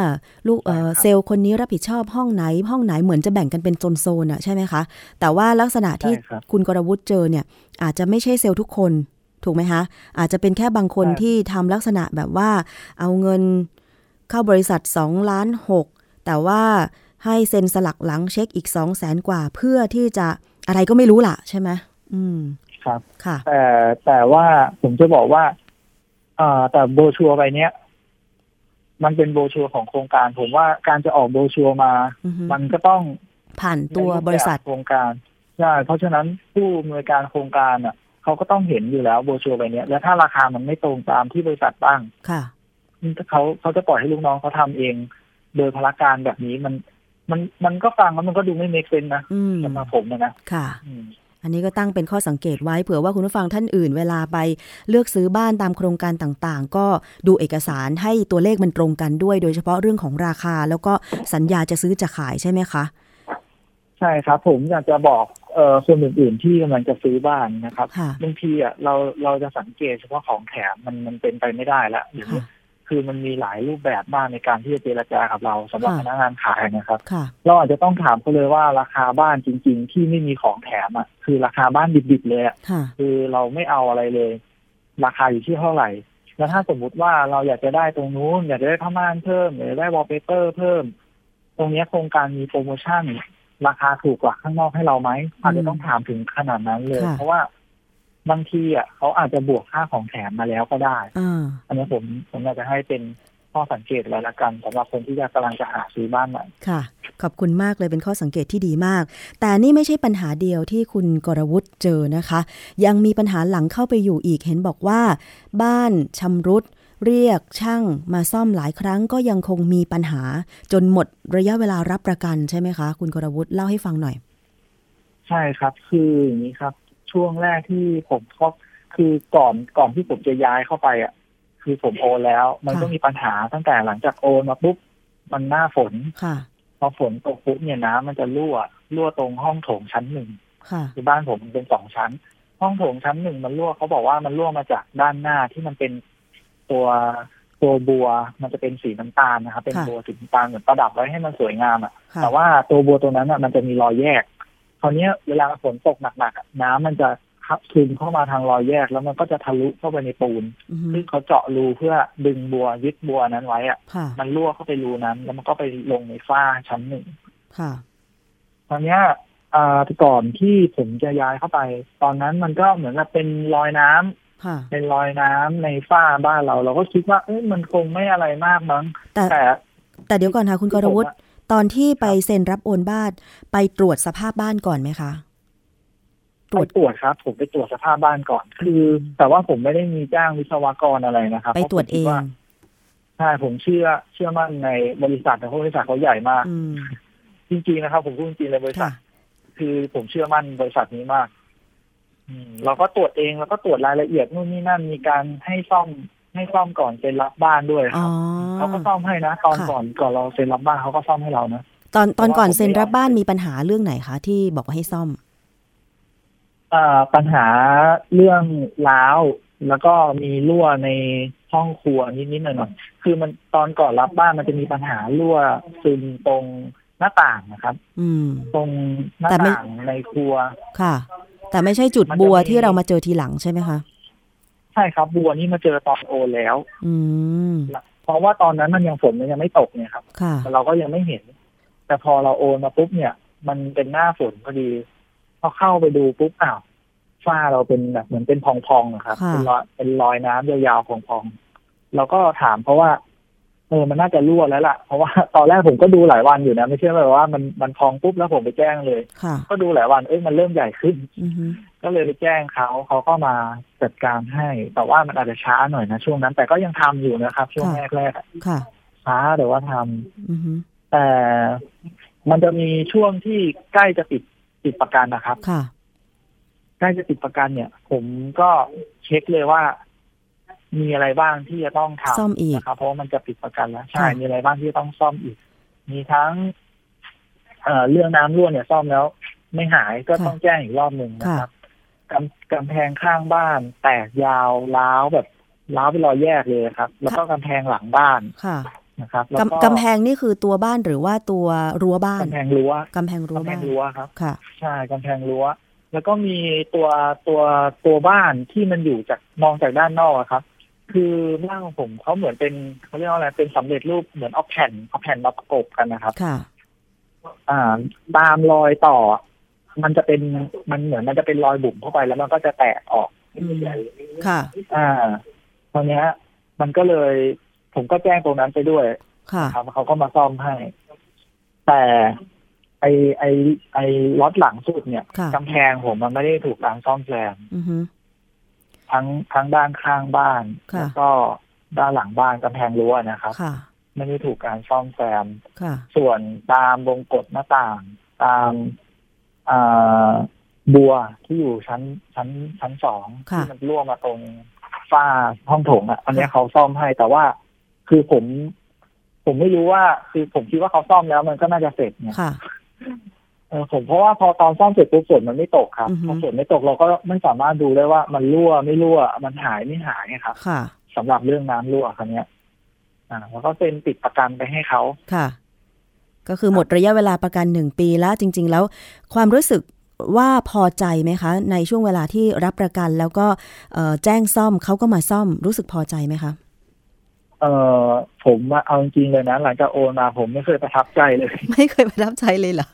Speaker 2: ลูกเออ
Speaker 3: ใช่ครับ
Speaker 2: เซลล์คนนี้รับผิดชอบห้องไหน ห้องไหนเหมือนจะแบ่งกันเป็นโซนๆอะใช่ไหมคะ แต่ว่าลักษณะที่
Speaker 3: ใช่ครับ
Speaker 2: คุณกรวุฒิเจอเนี่ย อาจจะไม่ใช่เซลล์ทุกคน ถูกไหมคะอาจจะเป็นแค่บางคน
Speaker 3: ใช่
Speaker 2: ที่ทำลักษณะแบบว่า เอาเงินเข้าบริษัท2ล้าน6แต่ว่าให้เซ็นสลักหลังเช็คอีก2 0 0แสนกว่าเพื่อที่จะอะไรก็ไม่รู้ล่ะใช่ไหมอืม
Speaker 3: ครับ
Speaker 2: ค่ะ
Speaker 3: แต่แต่ว่าผมจะบอกว่าอ่าแต่โบรชัวร์ใบเนี้ย มันเป็นโบรชัวร์ของโครงการ ผมว่าการจะออกโบรชัวร์มา
Speaker 2: อือฮึ
Speaker 3: มันก็ต้อง
Speaker 2: ผ่านตัว
Speaker 3: ในปแบบ
Speaker 2: ริษัท
Speaker 3: โครงการใช่เพราะฉะนั้นผู้อำนวยการโครงการอ่ะเขาก็ต้องเห็นอยู่แล้วโบรชัวร์ใบเนี้ยแล้วถ้าราคามันไม่ตรงตามที่บริษัทบ้าง
Speaker 2: ค่ะ
Speaker 3: เขาเขาจะปล่อยให้ลูกน้องเขาทำเอง โดยพละการแบบนี้มัน มันมันก็ฟังแล้วมันก็ดูไม่เมกเซนนะ
Speaker 2: อืม
Speaker 3: สำหรับผมอะนะ
Speaker 2: ค่ะ
Speaker 3: อืม
Speaker 2: อันนี้ก็ตั้งเป็นข้อสังเกตไว้เผื่อว่าคุณผู้ฟังท่านอื่น เวลาไปเลือกซื้อบ้านตามโครงการต่างๆ ก็ดูเอกสารให้ตัวเลขมันตรงกันด้วย โดยเฉพาะเรื่องของราคา แล้วก็สัญญาจะซื้อจะขายใช่ไหมคะ
Speaker 3: ใช่ครับ ผมอยากจะบอกเอ่อคนอื่นๆที่กำลังจะซื้อบ้านนะครับ
Speaker 2: ค่ะ
Speaker 3: บางทีอ่ะเราเราจะสังเกตเฉพาะของแถมมันมันเป็นไปไม่ได้ละหรือ
Speaker 2: ค่ะ
Speaker 3: คือมันมีหลายรูปแบบมากในการที่จะเจรจากับเราสำหรับ
Speaker 2: ค่ะ
Speaker 3: พนักงานขายนะครับ
Speaker 2: ค่ะ
Speaker 3: เราอาจจะต้องถามเขาเลยว่าราคาบ้านจริง ๆ ที่ไม่มีของแถมอ่ะคือราคาบ้านดิบๆเลยอ่ะ
Speaker 2: ค่ะ
Speaker 3: คือเราไม่เอาอะไรเลย ราคาอยู่ที่เท่าไหร่ แล้วถ้าสมมุติว่าเราอยากจะได้ตรงนู้นอยากจะได้ผ้าม่านเพิ่มอยากจะได้วอลเปเปอร์เพิ่ม ตรงเนี้ยโครงการมีโปรโมชั่น ราคาถูกกว่าข้างนอกให้เราไหมอาจจะต้องถามถึงขนาดนั้นเลย
Speaker 2: ค่ะ
Speaker 3: เพราะว่าบางทีอ่ะเขาอาจจะบวกค่าของแถมมาแล้วก็ได้
Speaker 2: อ่า
Speaker 3: อันนี้ผมผมอยากจะให้เป็นข้อสังเกตไว้ละกันสำหรับคนที่กำลังจะหาซื้อบ้านใหม่
Speaker 2: ค่ะ ขอบคุณมากเลยเป็นข้อสังเกตที่ดีมาก แต่นี่ไม่ใช่ปัญหาเดียวที่คุณกรวุฒิเจอนะคะ ยังมีปัญหาหลังเข้าไปอยู่อีกเห็นบอกว่า บ้านชำรุด เรียกช่างมาซ่อมหลายครั้งก็ยังคงมีปัญหา จนหมดระยะเวลารับประกันใช่ไหมคะ คุณกรวุฒิเล่าให้ฟังหน่อย
Speaker 3: ใช่ครับ คืออย่างนี้ครับ ช่วงแรกที่ผมครอบคือก่อนก่อนที่ผมจะย้ายเข้าไปอ่ะ คือผมโอนแล้ว มัน
Speaker 2: ค่ะ
Speaker 3: ก็มีปัญหาตั้งแต่หลังจากโอนมาปุ๊บมันหน้าฝน
Speaker 2: ค่ะ
Speaker 3: พอฝนตกปุ๊บเนี่ยน้ำมันจะรั่วรั่วตรงห้องโถงชั้นหนึ่ง
Speaker 2: ค่ะ
Speaker 3: คือบ้านผมมันเป็นสองชั้น ห้องโถงชั้นหนึ่งมันรั่วเขาบอกว่ามันรั่วมาจากด้านหน้าที่มันเป็นตัวตัวบัวมันจะเป็นสีน้ำตาลนะครับเป็น
Speaker 2: ค่ะ
Speaker 3: บัวสีน้ำตาลเหมือนประดับไว้ให้มันสวยงามอ่ะ
Speaker 2: ค่ะ
Speaker 3: แต่ว่าตัวบัวตัวนั้นอ่ะมันจะมีรอยแยก คราวเนี้ยเวลาฝนตกหนักๆอะน้ำมันจะซึมเข้ามาทางรอยแยก แล้วมันก็จะทะลุเข้าไปในปูน
Speaker 2: อือฮึ
Speaker 3: ซึ่งเขาเจาะรูเพื่อดึงบัวยึดบัวนั้นไว้อ่ะ
Speaker 2: ค่ะ
Speaker 3: มันรั่วเข้าไปรูนั้น แล้วมันก็ไปลงในฝ้าชั้นหนึ่ง
Speaker 2: ค่ะ
Speaker 3: ตอนเนี้ยอ่าก่อนที่ผมจะย้ายเข้าไป ตอนนั้นมันก็เหมือนกับเป็นรอยน้ำ
Speaker 2: ค่ะ
Speaker 3: เป็นรอยน้ำในฝ้าบ้านเรา เราก็คิดว่าเอ้ยมันคงไม่อะไรมากมั้ง
Speaker 2: แต่
Speaker 3: แต่
Speaker 2: แต่เดี๋ยวก่อนค่ะคุณกรวุฒิตอนที่ไปเซ็นรับโอนบ้านไปตรวจสภาพบ้านก่อนไหมคะ ต
Speaker 3: ต
Speaker 2: ร
Speaker 3: ร
Speaker 2: ว
Speaker 3: ว
Speaker 2: จ
Speaker 3: จตรวจครับ ผมไปตรวจสภาพบ้านก่อน คือ แต่ว่าผมไม่ได้มีจ้างวิศวกรอะไรนะครับ
Speaker 2: ไปตรวจเอง
Speaker 3: พาะผมคิาใช่ผมเชื่อเชื่อมั่นในบริษัทแต่เพราะบริษัทเขาใหญ่มาก
Speaker 2: อืม
Speaker 3: จริงๆนะครับ ผมพูดจริงๆเลยบริษั
Speaker 2: ค่ะ
Speaker 3: ท คือผมเชื่อมั่นบริษัทนี้มาก อืมเราก็ตรวจเองแล้วก็ตรวจรายละเอียดนู่นนี่นั่นมีการให้ซ่อมให้ซ่อมก่อนเซ็นรับบ้านด้วยค
Speaker 2: อ๋อ
Speaker 3: รับเขาก็ซ่อมให้นะตอน
Speaker 2: ค่ะ
Speaker 3: ก่อนก่อนเราเซ็นรับบ้านเขาก็ซ่อมให้เรานะ
Speaker 2: ตอนตอนก่อน
Speaker 3: เพราะว่าผม
Speaker 2: เซ็นรับบ้านมีปัญหาเรื่องไหนคะที่บอกว่าให้ซ่อม
Speaker 3: อ่าปัญหาเรื่องร้าวแล้วก็มีรั่วในห้องครัวนิดๆหน่อยๆคือมันตอนก่อนรับบ้านมันจะมีปัญหารั่วซึมตรงหน้าต่างนะครับ
Speaker 2: อืม
Speaker 3: ตรงหน้า
Speaker 2: แต่ไม่
Speaker 3: ต่างในครัว
Speaker 2: ค่ะ แต่ไม่ใช่จุด
Speaker 3: มันจะ
Speaker 2: บัว
Speaker 3: มี
Speaker 2: ที่เรามาเจอทีหลังใช่ไหมคะ
Speaker 3: ใช่ครับบัวนี่มาเจอตอนโอนแล้ว
Speaker 2: อืม
Speaker 3: เพราะว่าตอนนั้นมันยังฝนมันยังไม่ตกเนี่ยครับ
Speaker 2: ค่ะ
Speaker 3: แต่เราก็ยังไม่เห็น แต่พอเราโอนมาปุ๊บเนี่ย มันเป็นหน้าฝนพอดี พอเข้าไปดูปุ๊บอ้าวฝ้าเราเป็นแบบเหมือนเป็นพองๆนะครับ
Speaker 2: ค่ะ
Speaker 3: เป็นรอยเป็นรอยน้ำยาวๆพองๆเราก็ถามเพราะว่า เออมันน่าจะรั่วแล้วล่ะ เพราะว่า ตอนแรกผมก็ดูหลายวันอยู่นะ ไม่ใช่แบบว่ามันมันพองปุ๊บแล้วผมไปแจ้งเลย
Speaker 2: ค่ะ
Speaker 3: ก็ดูหลายวันเอ้ยมันเริ่มใหญ่ขึ้น
Speaker 2: อือฮึ
Speaker 3: ก็เลยไปแจ้งเขาเขาก็มาจัดการให้ แต่ว่ามันอาจจะช้าหน่อยนะช่วงนั้น แต่ก็ยังทำอยู่นะครับ ช่วงแรกๆอะ
Speaker 2: ค่ะ
Speaker 3: ช้าแต่ว่าทำ
Speaker 2: อือฮึ
Speaker 3: แต่มันจะมีช่วงที่ใกล้จะปิดปิดประกันนะครับ
Speaker 2: ค่ะ
Speaker 3: ใกล้จะปิดประกันเนี่ย ผมก็เช็คเลยว่า มีอะไรบ้างที่จะต้อง
Speaker 2: ซ่อม
Speaker 3: ทำ
Speaker 2: อีก
Speaker 3: นะครับ เพราะว่ามันจะปิดประกันแล้วใช่
Speaker 2: ค่ะ
Speaker 3: มีอะไรบ้างที่ต้องซ่อมอีก มีทั้ง เอ่อเรื่องน้ำรั่วเนี่ย ซ่อมแล้ว ไม่หายก็ต้องแจ้งอีกรอบหนึ่งนะครับกำกำแพงข้างบ้าน แตกยาวร้าวแบบร้าวเป็นรอยแยกเลยครับ แล้วก็กำแพงหลังบ้าน
Speaker 2: ค่ะ
Speaker 3: นะครับแล้วก็
Speaker 2: กำกำแพงนี่คือตัวบ้านหรือว่าตัวรั้วบ้าน
Speaker 3: กำแพงรั้ว
Speaker 2: กำแพงรั้ว
Speaker 3: กำแพ
Speaker 2: บ้าง น
Speaker 3: รั้วครับ
Speaker 2: ค่ะ
Speaker 3: ใช่กำแพงรั้ว แล้วก็มีตัวตัวตัวบ้านที่มันอยู่จากมองจากด้านนอกอะครับ คือบ้านของผมเขาเหมือนเป็นเขาเรียกว่าอะไรเป็นสำเร็จรูปเหมือนเอาแผ่นเอาแผ่นมาประกบกันนะครับ
Speaker 2: ค่ะ
Speaker 3: อ่า ตามรอยต่อ มันจะเป็นมันเหมือนมันจะเป็นรอยบุ๋มเข้าไปแล้วมันก็จะแตกออก
Speaker 2: อืม ค่ะ
Speaker 3: อ่าตอนนี้ย มันก็เลยผมก็แจ้งตรงนั้นไปด้วย
Speaker 2: ค่ะ
Speaker 3: ครับเขาก็มาซ่อมให้ แต่ไอไอไอล็อตหลังสุดเนี่ย
Speaker 2: ค่ะ
Speaker 3: กำแพงผมมันไม่ได้ถูกการซ่อมแซม
Speaker 2: อือฮึ
Speaker 3: ทั้งทั้งด้านข้างบ้าน
Speaker 2: ค่ะ
Speaker 3: แล้วก็ด้านหลังบ้านกำแพงรั้วนะครับ
Speaker 2: ค่ะ
Speaker 3: ไม่ได้ถูกการซ่อมแซม
Speaker 2: ค่ะ
Speaker 3: ส่วนตามวงกฎหน้าต่าง ตามอ่าบัวที่อยู่ชั้นชั้นชั้นสอง
Speaker 2: ค่ะ
Speaker 3: ที่มันรั่วมาตรงฝ้าห้องโถงอ่ะอันเนี้ยเขาซ่อมให้แต่ว่าคือผม ผมไม่รู้ว่า คือผมคิดว่าเขาซ่อมแล้วมันก็น่าจะเสร็จเนี่ย
Speaker 2: ค่ะ
Speaker 3: เออผมเพราะว่าพอตอนซ่อมเสร็จปุ๊บฝนมันไม่ตกครับ
Speaker 2: อือฮึ
Speaker 3: พอฝนไม่ตกเราก็ไม่สามารถดูได้ว่ามันรั่วไม่รั่วมันหายไม่หายครับ
Speaker 2: ค่ะ
Speaker 3: สำหรับเรื่องน้ำรั่วครั้งเนี้ย อ่าแล้วก็เซ็นปิดประกันไปให้เขา
Speaker 2: ค่ะ ก็คือหมดระยะเวลาประกันหนึ่งปีแล้วจริง ๆ แล้วความรู้สึกว่าพอใจไหมคะ ในช่วงเวลาที่รับประกันแล้วก็เอ่อแจ้งซ่อมเขาก็มาซ่อมรู้สึกพอใจไหมคะ
Speaker 3: เออผมว่าเอาจริงๆเลยนะ หลังจากโอนมาผมไม่เคยประทับใจเลย
Speaker 2: ไม่เคยประทับใจเลยเหรอ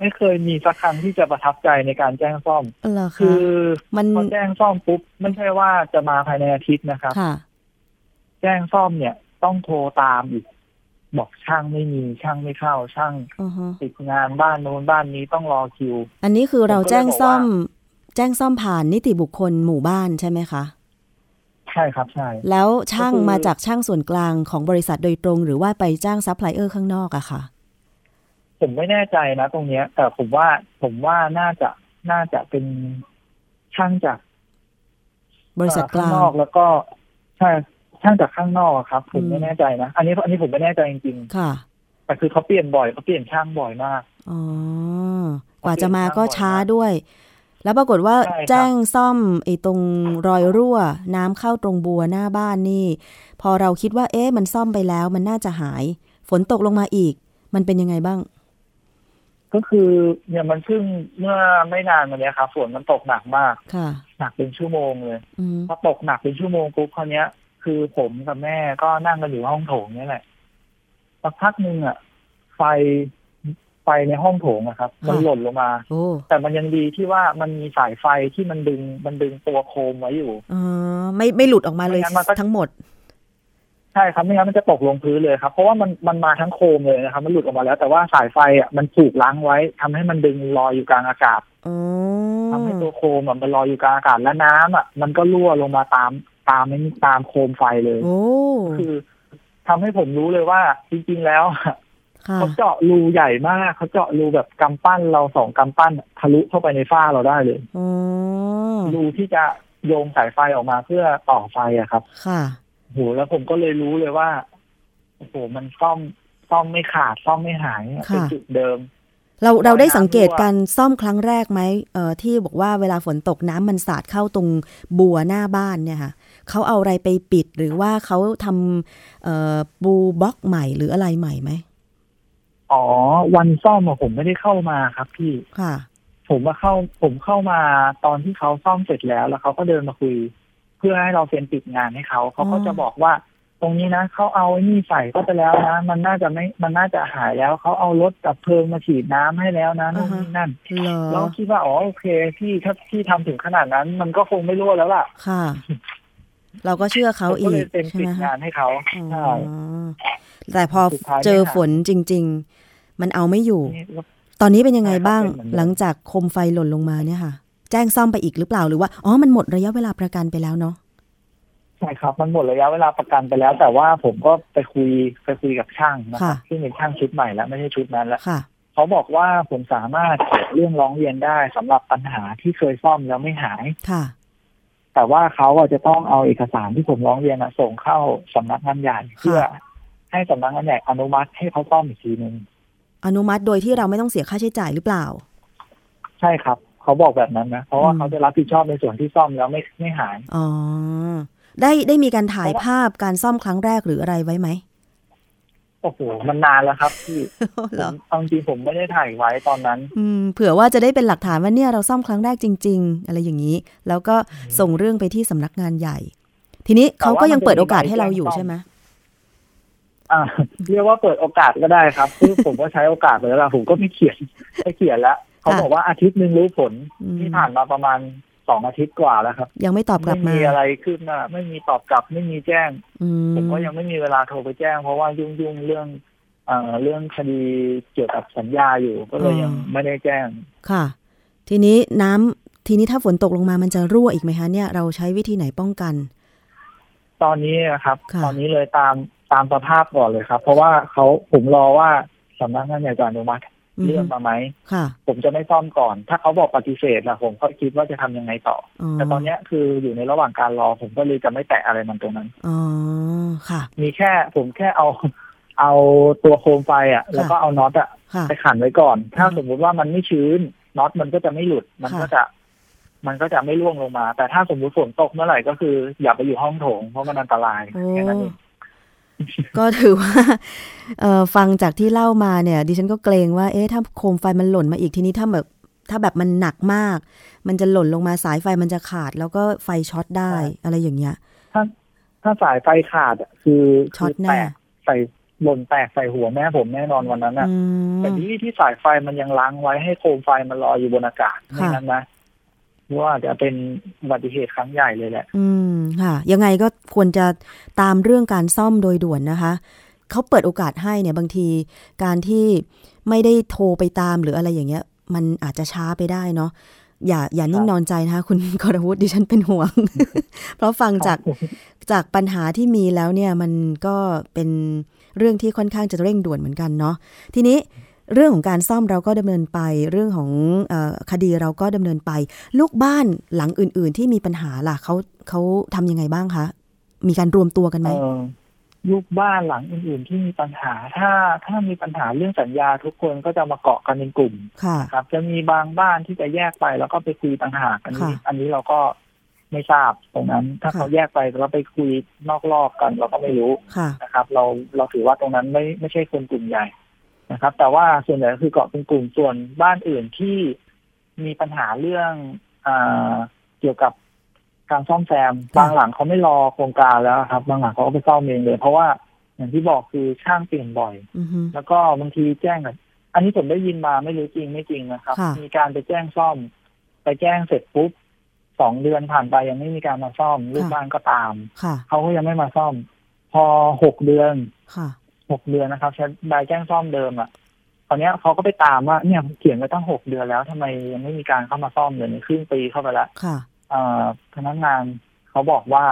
Speaker 3: ไม่เคยมีสักครั้งที่จะประทับใจในการแจ้งซ่อม
Speaker 2: เหรอ
Speaker 3: คื
Speaker 2: คะ
Speaker 3: อ
Speaker 2: มัน
Speaker 3: พอแจ้งซ่อมปุ๊บไม่ใช่ว่าจะมาภายในอาทิตย์นะครับ
Speaker 2: ค่ะ
Speaker 3: แจ้งซ่อมเนี่ย ต้องโทรตามอีกบอกช่างไม่มีช่างไม่เข้าช่าง
Speaker 2: อือฮึ
Speaker 3: ติดงานบ้านโน้นบ้านนี้ต้องรอคิว
Speaker 2: อันนี้คือเรา
Speaker 3: ผมก็เลย
Speaker 2: แจ้งซ่อม
Speaker 3: บอก
Speaker 2: แจ้งซ่อมผ่านนิติบุคคลหมู่บ้านใช่ไหมคะ
Speaker 3: ใช่ครับใช่
Speaker 2: แล้วช่าง
Speaker 3: ก็คือ
Speaker 2: มาจากช่างส่วนกลางของบริษัทโดยตรง หรือว่าไปจ้างซัพพลายเออร์ข้างนอกอะค่ะ
Speaker 3: ผมไม่แน่ใจนะ ตรงเนี้ย แต่ผมว่าผมว่าน่าจะน่าจะเป็นช่างจาก
Speaker 2: บริษัทก
Speaker 3: ข้าง
Speaker 2: ลาง
Speaker 3: นอกแล้วก็ใช่ช่างจากข้างนอกอะครับ ผม
Speaker 2: อืม
Speaker 3: ไม่แน่ใจนะอันนี้อันนี้ผมไม่แน่ใจจริง
Speaker 2: ค่ะ
Speaker 3: แต่คือเขาเปลี่ยนบ่อยเขาเปลี่ยนช่างบ่อยมาก
Speaker 2: อ๋อ กว่าจะมาก็ช้าด้วย แล้วปรากฏว่า
Speaker 3: ใช่ครับ
Speaker 2: แจ้งซ่อมไอ้ตรงรอยรั่ว น้ำเข้าตรงบัวหน้าบ้านนี่ พอเราคิดว่า เอ๊ะ มันซ่อมไปแล้วมันน่าจะหาย ฝนตกลงมาอีก มันเป็นยังไงบ้าง
Speaker 3: ก็คือเนี่ยมันเพิ่งเมื่อไม่นานมาเนี้ยครับฝนมันตกหนักมาก
Speaker 2: ค่ะ
Speaker 3: หนักเป็นชั่วโมงเลย
Speaker 2: อืม
Speaker 3: พอตกหนักเป็นชั่วโมงปุ๊บคราวเนี้ย คือผมกับแม่ก็นั่งกันอยู่ห้องโถงเนี่ยแหละสักพักหนึ่งอ่ะ ไฟไฟในห้องโถงอะครับ มันหล่นลงมา
Speaker 2: โอ้
Speaker 3: แต่มันยังดีที่ว่ามันมีสายไฟที่มันดึงมันดึงตัวโคมไว้อยู่
Speaker 2: เออไม่ไม่หลุดออกมาเลย
Speaker 3: ไม่งั้นมันก็
Speaker 2: ทั้งหมด
Speaker 3: ใช่ครับไม่งั้นมันจะตกลงพื้นเลยครับ เพราะว่ามันมันมาทั้งโคมเลยนะครับ มันหลุดออกมาแล้ว แต่ว่าสายไฟอ่ะมันถูกล้างไว้ทำให้มันดึงลอยอยู่กลางอากาศ
Speaker 2: อ๋อ
Speaker 3: ทำให้ตัวโคมอ่ะมันลอยอยู่กลางอากาศและน้ำอ่ะมันก็รั่วลงมาตามตามนี้ตามโคมไฟเลย
Speaker 2: โอ้
Speaker 3: คือทำให้ผมรู้เลยว่าจริงๆแล้วอ่ะ
Speaker 2: ค่ะ
Speaker 3: เขาเจาะรูใหญ่มากเขาเจาะรูแบบกำปั้นเราสองกำปั้นทะลุเข้าไปในฝ้าเราได้เลย
Speaker 2: อ๋อ
Speaker 3: รูที่จะโยงสายไฟออกมาเพื่อต่อไฟอะครับ
Speaker 2: ค่ะ
Speaker 3: โหแล้วผมก็เลยรู้เลยว่าโอ้โหมันซ่อมซ่อมไม่ขาดซ่อมไม่หาย
Speaker 2: ค่ะ
Speaker 3: เป็นจุดเดิม
Speaker 2: เราเราได้สังเกต
Speaker 3: น้ำรั่ว
Speaker 2: การซ่อมครั้งแรกไหมเอ่อที่บอกว่าเวลาฝนตกน้ำมันสาดเข้าตรงบัวหน้าบ้านเนี่ยค่ะเขาเอาอะไรไปปิดหรือว่าเขาทำเอ่อปูบล็อกใหม่หรืออะไรใหม่ไหม
Speaker 3: อ๋อ วันซ่อมอะผมไม่ได้เข้ามาครับพี่
Speaker 2: ค่ะ
Speaker 3: ผมมาเข้า ผมเข้ามาตอนที่เขาซ่อมเสร็จแล้ว แล้วเขาก็เดินมาคุย เพื่อให้เราเซ็นปิดงานให้เขาเขาก็
Speaker 2: อ๋อ
Speaker 3: จะบอกว่า ตรงนี้นะเขาเอาไอ้นี่ใส่ก็ไปแล้วนะ มันน่าจะไม่มันน่าจะหายแล้วเขาเอารถดับเพลิงมาฉีดน้ำให้แล้วนะนู่นนี่นั่น
Speaker 2: เหร
Speaker 3: เรา
Speaker 2: อ
Speaker 3: คิดว่าอ๋อโอเคพี่ถ้าพี่ทำถึงขนาดนั้น มันก็คงไม่รั่วแล้วล่ะ
Speaker 2: ค่ะ เราก็เชื่อเขา
Speaker 3: ผม
Speaker 2: อี
Speaker 3: ก็เลย
Speaker 2: ก
Speaker 3: เป็น
Speaker 2: ใช่
Speaker 3: ปิ
Speaker 2: ไหม
Speaker 3: ด
Speaker 2: คะ
Speaker 3: งานให้เขา
Speaker 2: อ
Speaker 3: ใช่
Speaker 2: ๋อแต่พอ
Speaker 3: สุดท้ายไม่
Speaker 2: เจอ
Speaker 3: หา
Speaker 2: ฝนจริง ๆ มันเอาไม่อยู่
Speaker 3: นี่ก็
Speaker 2: ตอนนี้เป็นยังไงบ้าง
Speaker 3: ใช่ครับเป็นเหมือน
Speaker 2: หลัง
Speaker 3: เดิม
Speaker 2: จากโคมไฟหล่นลงมาเนี่ยค่ะ แจ้งซ่อมไปอีกหรือเปล่าหรือว่าอ๋อมันหมดระยะเวลาประกันไปแล้วเนาะ
Speaker 3: ใช่ครับ มันหมดระยะเวลาประกันไปแล้ว แต่ว่าผมก็ไปคุยไปคุยกับช่างนะค
Speaker 2: ค่ะ
Speaker 3: รับที่เป็นช่างชุดใหม่แล้วไม่ใช่ชุดนั้นแล้ว
Speaker 2: ค่ะ
Speaker 3: เขาบอกว่าผมสามารถเขียนเรื่องร้องเรียนได้สำหรับปัญหาที่เคยซ่อมแล้วไม่หาย
Speaker 2: ค่ะ
Speaker 3: แต่ว่าเขาอ่ะจะต้องเอาเอกสารที่ผมร้องเรียนอ่ะส่งเข้าสำนักงานใหญ่เพื่อ ให้สำนักงานใหญ่อนุมัติให้เขาซ่อมอีกทีหนึ่ง
Speaker 2: อนุมัติโดยที่เราไม่ต้องเสียค่าใช้จ่ายหรือเปล่า
Speaker 3: ใช่ครับ เขาบอกแบบนั้นนะเพราะว่า
Speaker 2: อืม
Speaker 3: เขาจะรับผิดชอบในส่วนที่ซ่อมแล้วไม่ไม่หาย
Speaker 2: อ๋อ ได้ได้มีการถ่ายภาพการซ่อมครั้งแรกหรืออะไรไว้ไหม
Speaker 3: โอ้โหมันนานแล้วครับพี่ ผ
Speaker 2: เหรอ
Speaker 3: มเอาจริงๆผมไม่ได้ถ่ายไว้ตอนนั้น
Speaker 2: อืมเผื่อว่าจะได้เป็นหลักฐานว่าเนี่ยเราซ่อมครั้งแรกจริง ๆ อะไรอย่างนี้ แล้วก็ส่งเรื่องไปที่สำนักงานใหญ่ ทีนี้เขาก็ยังเปิดโอกาสให้เราอยู่ใช่ไหม
Speaker 3: อ่า เรียกว่าเปิดโอกาสก็ได้ครับ คือผมก็ใช้โอกาสไปแล้วล่ะผมก็ไม่เขียนไม่เขียนแล้วเขาบอกว่าอาทิตย์หนึ่งรู้ผล
Speaker 2: อืม
Speaker 3: ที่ผ่านมาประมาณสองอาทิตย์กว่าแล้วครับ
Speaker 2: ยังไม่ตอบกลั
Speaker 3: ไม่
Speaker 2: บมา
Speaker 3: มีอะไรขึ้นมาไม่มีตอบกลับ ไม่มีแจ้ง
Speaker 2: อืม
Speaker 3: ผมก็ยังไม่มีเวลาโทรไปแจ้ง เพราะว่ายุ่งๆเรื่องเอ่อเรื่องคดีเกี่ยวกับสัญญาอยู่ ก็เลยยังไม่ได้แจ้ง
Speaker 2: ค่ะ ทีนี้น้ำทีนี้ถ้าฝนตกลงมามันจะรั่วอีกไหมคะเนี่ยเราใช้วิธีไหนป้องกัน
Speaker 3: ตอนนี้นะครับ
Speaker 2: ค่ะ
Speaker 3: ตอนนี้เลยตามตามสภาพก่อนเลยครับ เพราะว่าเขาผมรอว่าสำนักงานใหญ่จะอนุมัติ
Speaker 2: อืม
Speaker 3: เรื่องมาไหม
Speaker 2: ค่ะ
Speaker 3: ผมจะไม่ซ่อมก่อน ถ้าเขาบอกปฏิเสธล่ะผมก็คิดว่าจะทำยังไงต่อ
Speaker 2: อ๋อ
Speaker 3: อแต่ตอนเนี้ยคืออยู่ในระหว่างการรอ ผมก็เลยจะไม่แตะอะไรมันตรงนั้น
Speaker 2: อ๋อค่ะ
Speaker 3: มีแค่ผมแค่เอา เอาตัวโคมไฟอ่ะ แล้วก็เอาน็อตอ่ะ
Speaker 2: ค่ะ
Speaker 3: ไปขันไว้ก่อน ถ้า
Speaker 2: อือฮึ
Speaker 3: สมมุติว่ามันไม่ชื้นน็อตมันก็จะไม่หลุด มัน
Speaker 2: ค่ะ
Speaker 3: ก็จะ มันก็จะไม่ร่วงลงมา แต่ถ้าสมมุติฝนตกเมื่อไหร่ก็คืออย่าไปอยู่ห้องโถง เพราะมันอันตราย
Speaker 2: โอ้
Speaker 3: แค่นั้นเอง
Speaker 2: ก็ถือว่าเอ่อฟังจากที่เล่ามาเนี่ย ดิฉันก็เกรงว่า เอ๊ะถ้าโคมไฟมันหล่นมาอีกทีนี้ถ้าแบบถ้าแบบมันหนักมาก มันจะหล่นลงมาสายไฟมันจะขาด แล้วก็ไฟช็อตได้อะไรอย่างเงี้ย
Speaker 3: ถ้าถ้าสายไฟขาดอะคือ
Speaker 2: ช็อต
Speaker 3: คือ
Speaker 2: แน่
Speaker 3: แตกใส่หล่นแตกใส่หัวแม่ผมแน่นอนวันนั้นอ่ะ
Speaker 2: อืม
Speaker 3: แต่นี่ที่สายไฟมันยังล้างไว้ให้โคมไฟมันลอยอยู่บนอากาศ
Speaker 2: ค่ะ
Speaker 3: ไม่งั้นนะว่าจะเป็นอุบัติเหตุครั้งใหญ่เลยแหละ
Speaker 2: อืมค่ะ ยังไงก็ควรจะตามเรื่องการซ่อมโดยด่วนนะคะ เขาเปิดโอกาสให้เนี่ยบางทีการที่ไม่ได้โทรไปตามหรืออะไรอย่างเงี้ย มันอาจจะช้าไปได้เนาะอย่าอย่านิ่งนอนใจนะคะ คุณ กรวุฒิดิฉันเป็นห่วง เพราะฟังจากจากปัญหาที่มีแล้วเนี่ยมันก็เป็นเรื่องที่ค่อนข้างจะเร่งด่วนเหมือนกันเนาะทีนี้เรื่องของการซ่อมเราก็ดำเนินไป เรื่องของเออคดีเราก็ดำเนินไป ลูกบ้านหลังอื่น ๆ ที่มีปัญหาล่ะเขาเขาทำยังไงบ้างคะ มีการรวมตัวกันไหม
Speaker 3: เออ ลูกบ้านหลังอื่น ๆ ที่มีปัญหา ถ้าถ้ามีปัญหาเรื่องสัญญาทุกคนก็จะมาเกาะกันเป็นกลุ่ม
Speaker 2: ค่ะ
Speaker 3: ครับ จะมีบางบ้านที่จะแยกไปแล้วก็ไปคุยต่างหากอันนี้
Speaker 2: ค่ะ
Speaker 3: อันนี้เราก็ไม่ทราบตรงนั้น ถ้า
Speaker 2: ค่ะ
Speaker 3: เขาแยกไปแล้วไปคุยนอกรอบกัน เราก็ไม่รู้
Speaker 2: ค่ะ
Speaker 3: นะครับเราเราถือว่าตรงนั้นไม่ไม่ใช่คนกลุ่มใหญ่นะครับ แต่ว่าส่วนใหญ่ก็คือเกาะเป็นกลุ่มส่วนบ้านอื่นที่มีปัญหาเรื่องอาเกี่ยวกับการซ่อมแซม
Speaker 2: ค่ะ
Speaker 3: บางหลังเขาไม่รอโครงการแล้วครับ บางหลังเขาก็ไปซ่อมเองเลย เพราะว่าอย่างที่บอกคือช่างเปลี่ยนบ่อย
Speaker 2: อือฮึ
Speaker 3: แล้วก็บางทีแจ้งกับอันนี้ผมได้ยินมาไม่รู้จริงไม่จริงนะครับ
Speaker 2: ค่ะ
Speaker 3: มีการไปแจ้งซ่อม ไปแจ้งเสร็จปุ๊บสองเดือนผ่านไปยังไม่มีการมาซ่อมลูกบ้านก็ตาม
Speaker 2: ค่ะ
Speaker 3: เขาก็ยังไม่มาซ่อม พอหกเดือน
Speaker 2: ค่ะ
Speaker 3: หกเดือนนะครับใช้ใบแจ้งซ่อมเดิมอะ่ะตอนเนี้ยเขาก็ไปตามว่าเนี่ยเขียนมาตั้งหกเดือนแล้วทำไมยังไม่มีการเข้ามาซ่อมเลยครึ่งปีเข้าไปละ
Speaker 2: ค่ะ
Speaker 3: เอ่อพนักงานเขาบอกว่า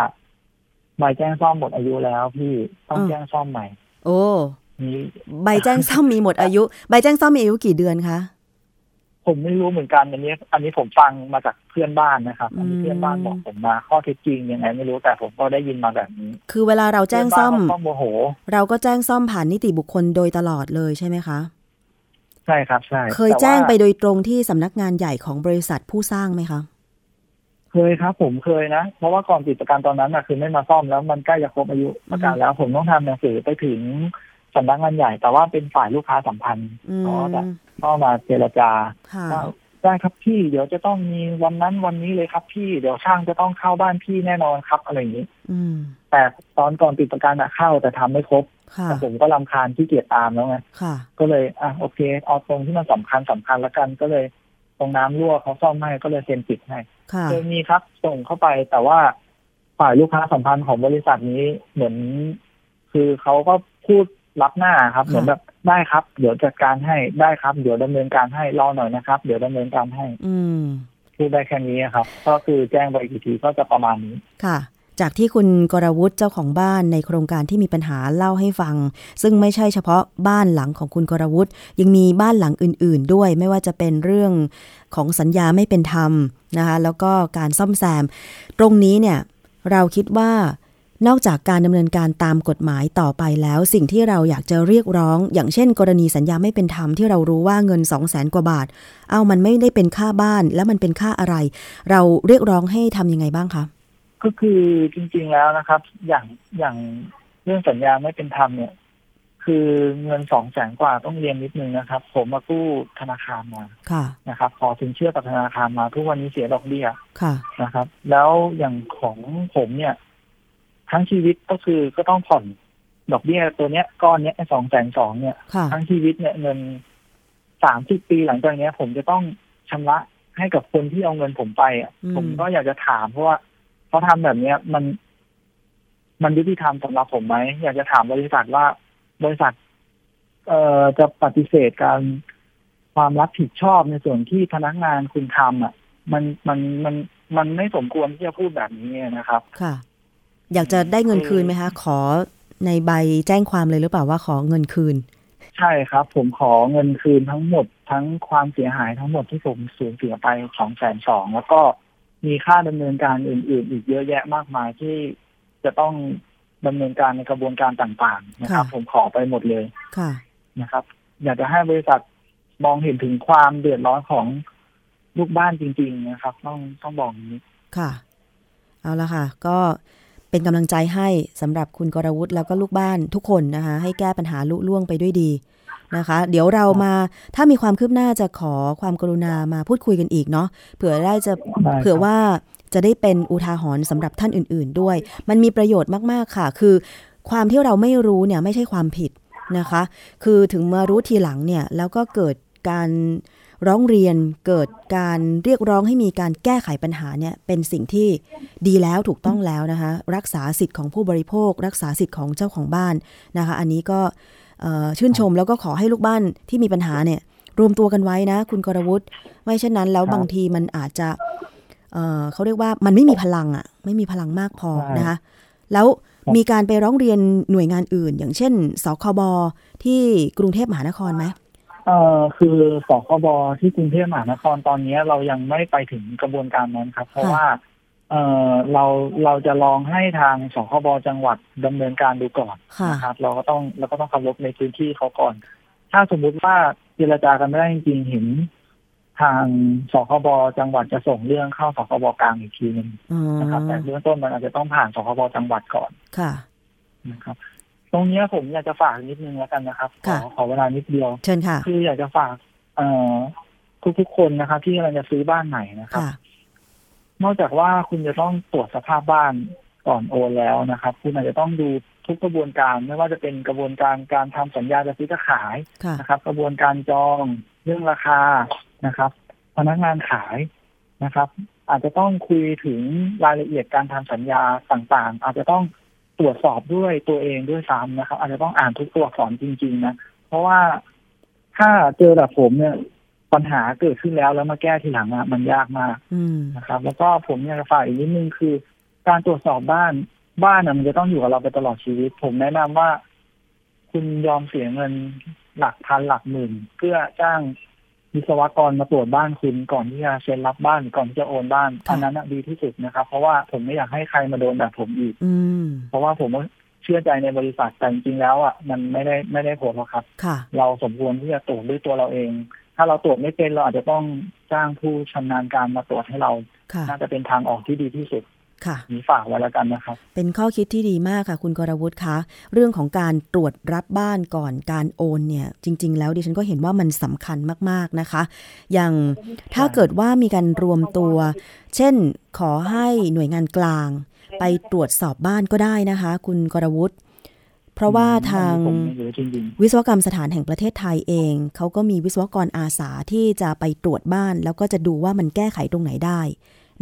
Speaker 3: ใบแจ้งซ่อมหมดอายุแล้ว พี่ต้อง
Speaker 2: อ่า
Speaker 3: แจ้งซ่อมใหม่
Speaker 2: โอ้
Speaker 3: นี้
Speaker 2: ใบแจ้งซ่อมมีหมดอายุ ใบแจ้งซ่อมมีอายุกี่เดือนคะ
Speaker 3: ผมไม่รู้เหมือนกันอันนี้ อันนี้ผมฟังมาจากเพื่อนบ้านนะครับอันนี้เพื่อนบ้านบอกผมมาข้อเท็จจริงยังไงไม่รู้แต่ผมก็ได้ยินมาแบบนี้
Speaker 2: คือเวลาเราแจ้งซ่อม
Speaker 3: เพื่อนบ้านเขาก็โมโห
Speaker 2: เราก็แจ้งซ่อมผ่านนิติบุคคลโดยตลอดเลยใช่ไหมคะ
Speaker 3: ใช่ครับ ใช่
Speaker 2: เคย
Speaker 3: ต่ว่า
Speaker 2: แจ้งไปโดยตรงที่สำนักงานใหญ่ของบริษัทผู้สร้างไหมคะ
Speaker 3: เคยครับ ผมเคยนะ เพราะว่าก่อนปิดประกันตอนนั้นนะคือไม่มาซ่อมแล้วมันใกล้จะครบอายุประกันแล้ว ผมต้องทำหนังสือไปถึงสำนักงานใหญ่ แต่ว่าเป็นฝ่ายลูกค้าสัมพันธ์
Speaker 2: อื
Speaker 3: ก็จะ
Speaker 2: ม
Speaker 3: ก็มาเจรจา
Speaker 2: ค่ะ
Speaker 3: ว่าได้ครับพี่เดี๋ยวจะต้องมีวันนั้นวันนี้เลยครับพี่เดี๋ยวช่างจะต้องเข้าบ้านพี่แน่นอนครับอะไรอย่างนี้
Speaker 2: อืม
Speaker 3: แต่ตอนก่อนปิดประกันอะเข้าแต่ทำไม่ครบ
Speaker 2: ค่ะ
Speaker 3: แต่ผมก็รำคาญที่เกียจตามแล้วไง
Speaker 2: ค่ะ
Speaker 3: ก็เลยอ่ะโอเคเอาตรงที่มันสำคัญสำคัญละกันก็เลยตรงน้ำรั่วเขาซ่อมให้ก็เลยเซ็นปิดให้
Speaker 2: ค่ะ
Speaker 3: เคยมีครับส่งเข้าไปแต่ว่าฝ่ายลูกค้าสัมพันธ์ของบริษัทนี้เหมือน คือเขาก็พูดรับหน้าครับ
Speaker 2: ค่ะ
Speaker 3: เหมือนแบบได้ครับ เดี๋ยวจัดการให้ได้ครับ เดี๋ยวดำเนินการให้รอหน่อยนะครับ เดี๋ยวดำเนินการให้
Speaker 2: อืม
Speaker 3: พูดได้แค่นี้ครับ ก็คือแจ้งไปอีกทีก็จะประมาณนี้
Speaker 2: ค่ะ จากที่คุณกรวุฒิเจ้าของบ้านในโครงการที่มีปัญหาเล่าให้ฟัง ซึ่งไม่ใช่เฉพาะบ้านหลังของคุณกรวุฒิยังมีบ้านหลังอื่น ๆ ด้วย ไม่ว่าจะเป็นเรื่องของสัญญาไม่เป็นธรรมนะคะแล้วก็การซ่อมแซม ตรงนี้เนี่ยเราคิดว่านอกจากการดำเนินการตามกฎหมายต่อไปแล้ว สิ่งที่เราอยากจะเรียกร้อง อย่างเช่น กรณีสัญญาไม่เป็นธรรมที่เรารู้ว่าเงิน 2 0 0แสนกว่าบาท เอามันไม่ได้เป็นค่าบ้านแล้วมันเป็นค่าอะไร เราเรียกร้องให้ทำยังไงบ้างคะ
Speaker 3: ก็คือจริง ๆแล้วนะครับ อย่างอย่างเรื่องสัญญาไม่เป็นธรรมเนี่ย คือเงินสองแสนกว่าต้องเรียนนิดนึงนะครับ ผมมากู้ธนาคารมา
Speaker 2: ค่ะ
Speaker 3: นะครับ ขอสินเชื่อกับธนาคารมาทุกวันนี้เสียดอกเบี้ย
Speaker 2: ค่ะ
Speaker 3: นะครับ แล้วอย่างของผมเนี่ย ทั้งชีวิตก็คือก็ต้องผ่อนดอกเบี้ยตัวเนี้ยก้อนเนี้ยสองแสนสองเนี่ย
Speaker 2: ค่ะ
Speaker 3: ทั้งชีวิตเนี่ยเงินสามสิบปีหลังจากเนี้ย ผมจะต้องชำระให้กับคนที่เอาเงินผมไปอ่ะ
Speaker 2: อืม
Speaker 3: ผมก็อยากจะถามเพราะว่าเขาทำแบบเนี้ย มัน มันยุติธรรมสำหรับผมไหมอยากจะถามบริษัทว่าบริษัท เอ่อจะปฏิเสธการความรับผิดชอบในส่วนที่พนักงานคุณทำอ่ะ มันมันมันมันไม่สมควรที่จะพูดแบบนี้นะครับ
Speaker 2: ค่ะ อยากจะได้เงินคืนไหมคะ ขอในใบแจ้งความเลยหรือเปล่าว่าขอเงินคืน
Speaker 3: ใช่ครับ ผมขอเงินคืนทั้งหมดทั้งความเสียหายทั้งหมดที่ผมสูญเสียไปสองแสนสองแล้วก็มีค่าดำเนินการอื่น ๆ อีกเยอะแยะมากมายที่จะต้องดำเนินการในกระบวนการต่าง ๆ นะครับ
Speaker 2: ค่ะ
Speaker 3: ผมขอไปหมดเลย
Speaker 2: ค่ะ
Speaker 3: นะครับ อยากจะให้บริษัทมองเห็นถึงความเดือดร้อนของลูกบ้านจริง ๆ นะครับ ต้องต้องบอกอย่างนี้
Speaker 2: ค่ะ เอาละค่ะ ก็เป็นกำลังใจให้สำหรับคุณกรวุฒิแล้วก็ลูกบ้านทุกคนนะคะ ให้แก้ปัญหาลุล่วงไปด้วยดีนะคะ เดี๋ยวเรามาถ้ามีความคืบหน้าจะขอความกรุณามาพูดคุยกันอีกเนาะเผื่อได้จะ
Speaker 3: ได้ครับ
Speaker 2: เผื่อว่าจะได้เป็นอุทาหรณ์สำหรับท่านอื่น ๆ ด้วย มันมีประโยชน์มาก ๆ ค่ะ คือ ความที่เราไม่รู้เนี่ยไม่ใช่ความผิดนะคะ คือถึงมารู้ทีหลังเนี่ยแล้วก็เกิดการร้องเรียน เกิดการเรียกร้องให้มีการแก้ไขปัญหาเนี่ยเป็นสิ่งที่ดีแล้วถูกต้องแล้วนะคะ รักษาสิทธิ์ของผู้บริโภค รักษาสิทธิ์ของเจ้าของบ้านนะคะ อันนี้ก็เอ่อชื่นชมแล้วก็ขอให้ลูกบ้านที่มีปัญหาเนี่ยรวมตัวกันไว้นะ คุณกรวุฒิไม่เช่นนั้นแล้ว
Speaker 3: ครับ
Speaker 2: บางทีมันอาจจะ เอ่อเขาเรียกว่ามันไม่มีพลังอะไม่มีพลังมากพอ
Speaker 3: ใช่
Speaker 2: นะคะ แล้ว
Speaker 3: ครับ
Speaker 2: มีการไปร้องเรียนหน่วยงานอื่น อย่างเช่นสคบที่กรุงเทพมหานครไหม
Speaker 3: เอ่อคือสคบที่กรุงเทพมหานครตอนนี้เรายังไม่ไปถึงกระบวนการนั้นครับ เพราะว่า เอ่อเราเราจะลองให้ทางสคบจังหวัดดำเนินการดูก่อน
Speaker 2: ค่ะ
Speaker 3: นะครับเราก็ต้องเราก็ต้องเคารพในพื้นที่เขาก่อน ถ้าสมมุติว่าเจรจากันไม่ได้จริงๆเห็น ทางสคบจังหวัดจะส่งเรื่องเข้าสคบกลางอีกทีหนึง
Speaker 2: อ๋อ
Speaker 3: นะครับ แต่เบื้องต้นมันอาจจะต้องผ่านสคบจังหวัดก่อน
Speaker 2: ค่ะ
Speaker 3: นะครับ ตรงเนี้ยผมอยากจะฝากนิดนึงแล้วกันนะครับ ขอ
Speaker 2: ค่ะ
Speaker 3: ขอเวลานิดเดียว
Speaker 2: เชิญค่ะ
Speaker 3: คืออยากจะฝาก เอ่อทุกๆคนนะครับ ที่กำลังจะซื้อบ้านใหม่นะครับ
Speaker 2: ค่ะ
Speaker 3: นอกจากว่าคุณจะต้องตรวจสภาพบ้านก่อนโอนแล้วนะครับ คุณอาจจะต้องดูทุกกระบวนการไม่ว่าจะเป็นกระบวนการการทำสัญญาจะซื้อจะขาย
Speaker 2: ค่ะ
Speaker 3: นะครับ กระบวนการจองเรื่องราคานะครับ พนักงานขายนะครับ อาจจะต้องคุยถึงรายละเอียดการทำสัญญาต่างๆ อาจจะต้องตรวจสอบด้วยตัวเองด้วยซ้ำนะครับ อาจจะต้องอ่านทุกตัวอักษรจริง ๆ นะ เพราะว่าถ้าเจอแบบผมเนี่ยปัญหาเกิดขึ้นแล้วแล้วมาแก้ทีหลังอะมันยากมาก
Speaker 2: อืม
Speaker 3: นะครับแล้วก็ผมอยากจะฝากอีกนิดนึงคือ การตรวจสอบบ้านบ้านน่ะมันจะต้องอยู่กับเราไปตลอดชีวิต ผมแนะนำว่า คุณยอมเสียเงินหลักพันหลักหมื่น เพื่อจ้างวิศวกรมาตรวจบ้านคุณก่อนที่จะเซ็นรับบ้านก่อนที่จะโอนบ้าน
Speaker 2: ค่ะ
Speaker 3: อันนั้นนะดีที่สุดนะครับ เพราะว่าผมไม่อยากให้ใครมาโดนแบบผมอีก
Speaker 2: อืม
Speaker 3: เพราะว่าผมก็เชื่อใจในบริษัทแต่จริงๆแล้วอ่ะมันไม่ได้ไม่ได้ผลหรอกครับ
Speaker 2: ค่ะ
Speaker 3: เราสมควรที่จะตรวจด้วยตัวเราเอง ถ้าเราตรวจไม่เป็นเราอาจจะต้องจ้างผู้ชำนาญการมาตรวจให้เรา
Speaker 2: ค่ะ
Speaker 3: น่าจะเป็นทางออกที่ดีที่สุด
Speaker 2: ค่ะ
Speaker 3: นี้ฝากไว้แล้วกันนะครับ
Speaker 2: เป็นข้อคิดที่ดีมากค่ะ คุณกรวุฒิคะเรื่องของการตรวจรับบ้านก่อนการโอนเนี่ย จริง ๆ แล้วดิฉันก็เห็นว่ามันสำคัญมากๆนะคะ อย่างถ้าเกิดว่ามีการรวมตัว เช่นขอให้หน่วยงานกลาง ไปตรวจสอบบ้านก็ได้นะคะ คุณกรวุฒิเพราะว่าทาง
Speaker 3: ผมไม่รู้จริง
Speaker 2: วิศวกรรมสถานแห่งประเทศไทยเอง เขาก็มีวิศวกรอาสาที่จะไปตรวจบ้าน แล้วก็จะดูว่ามันแก้ไขตรงไหนได้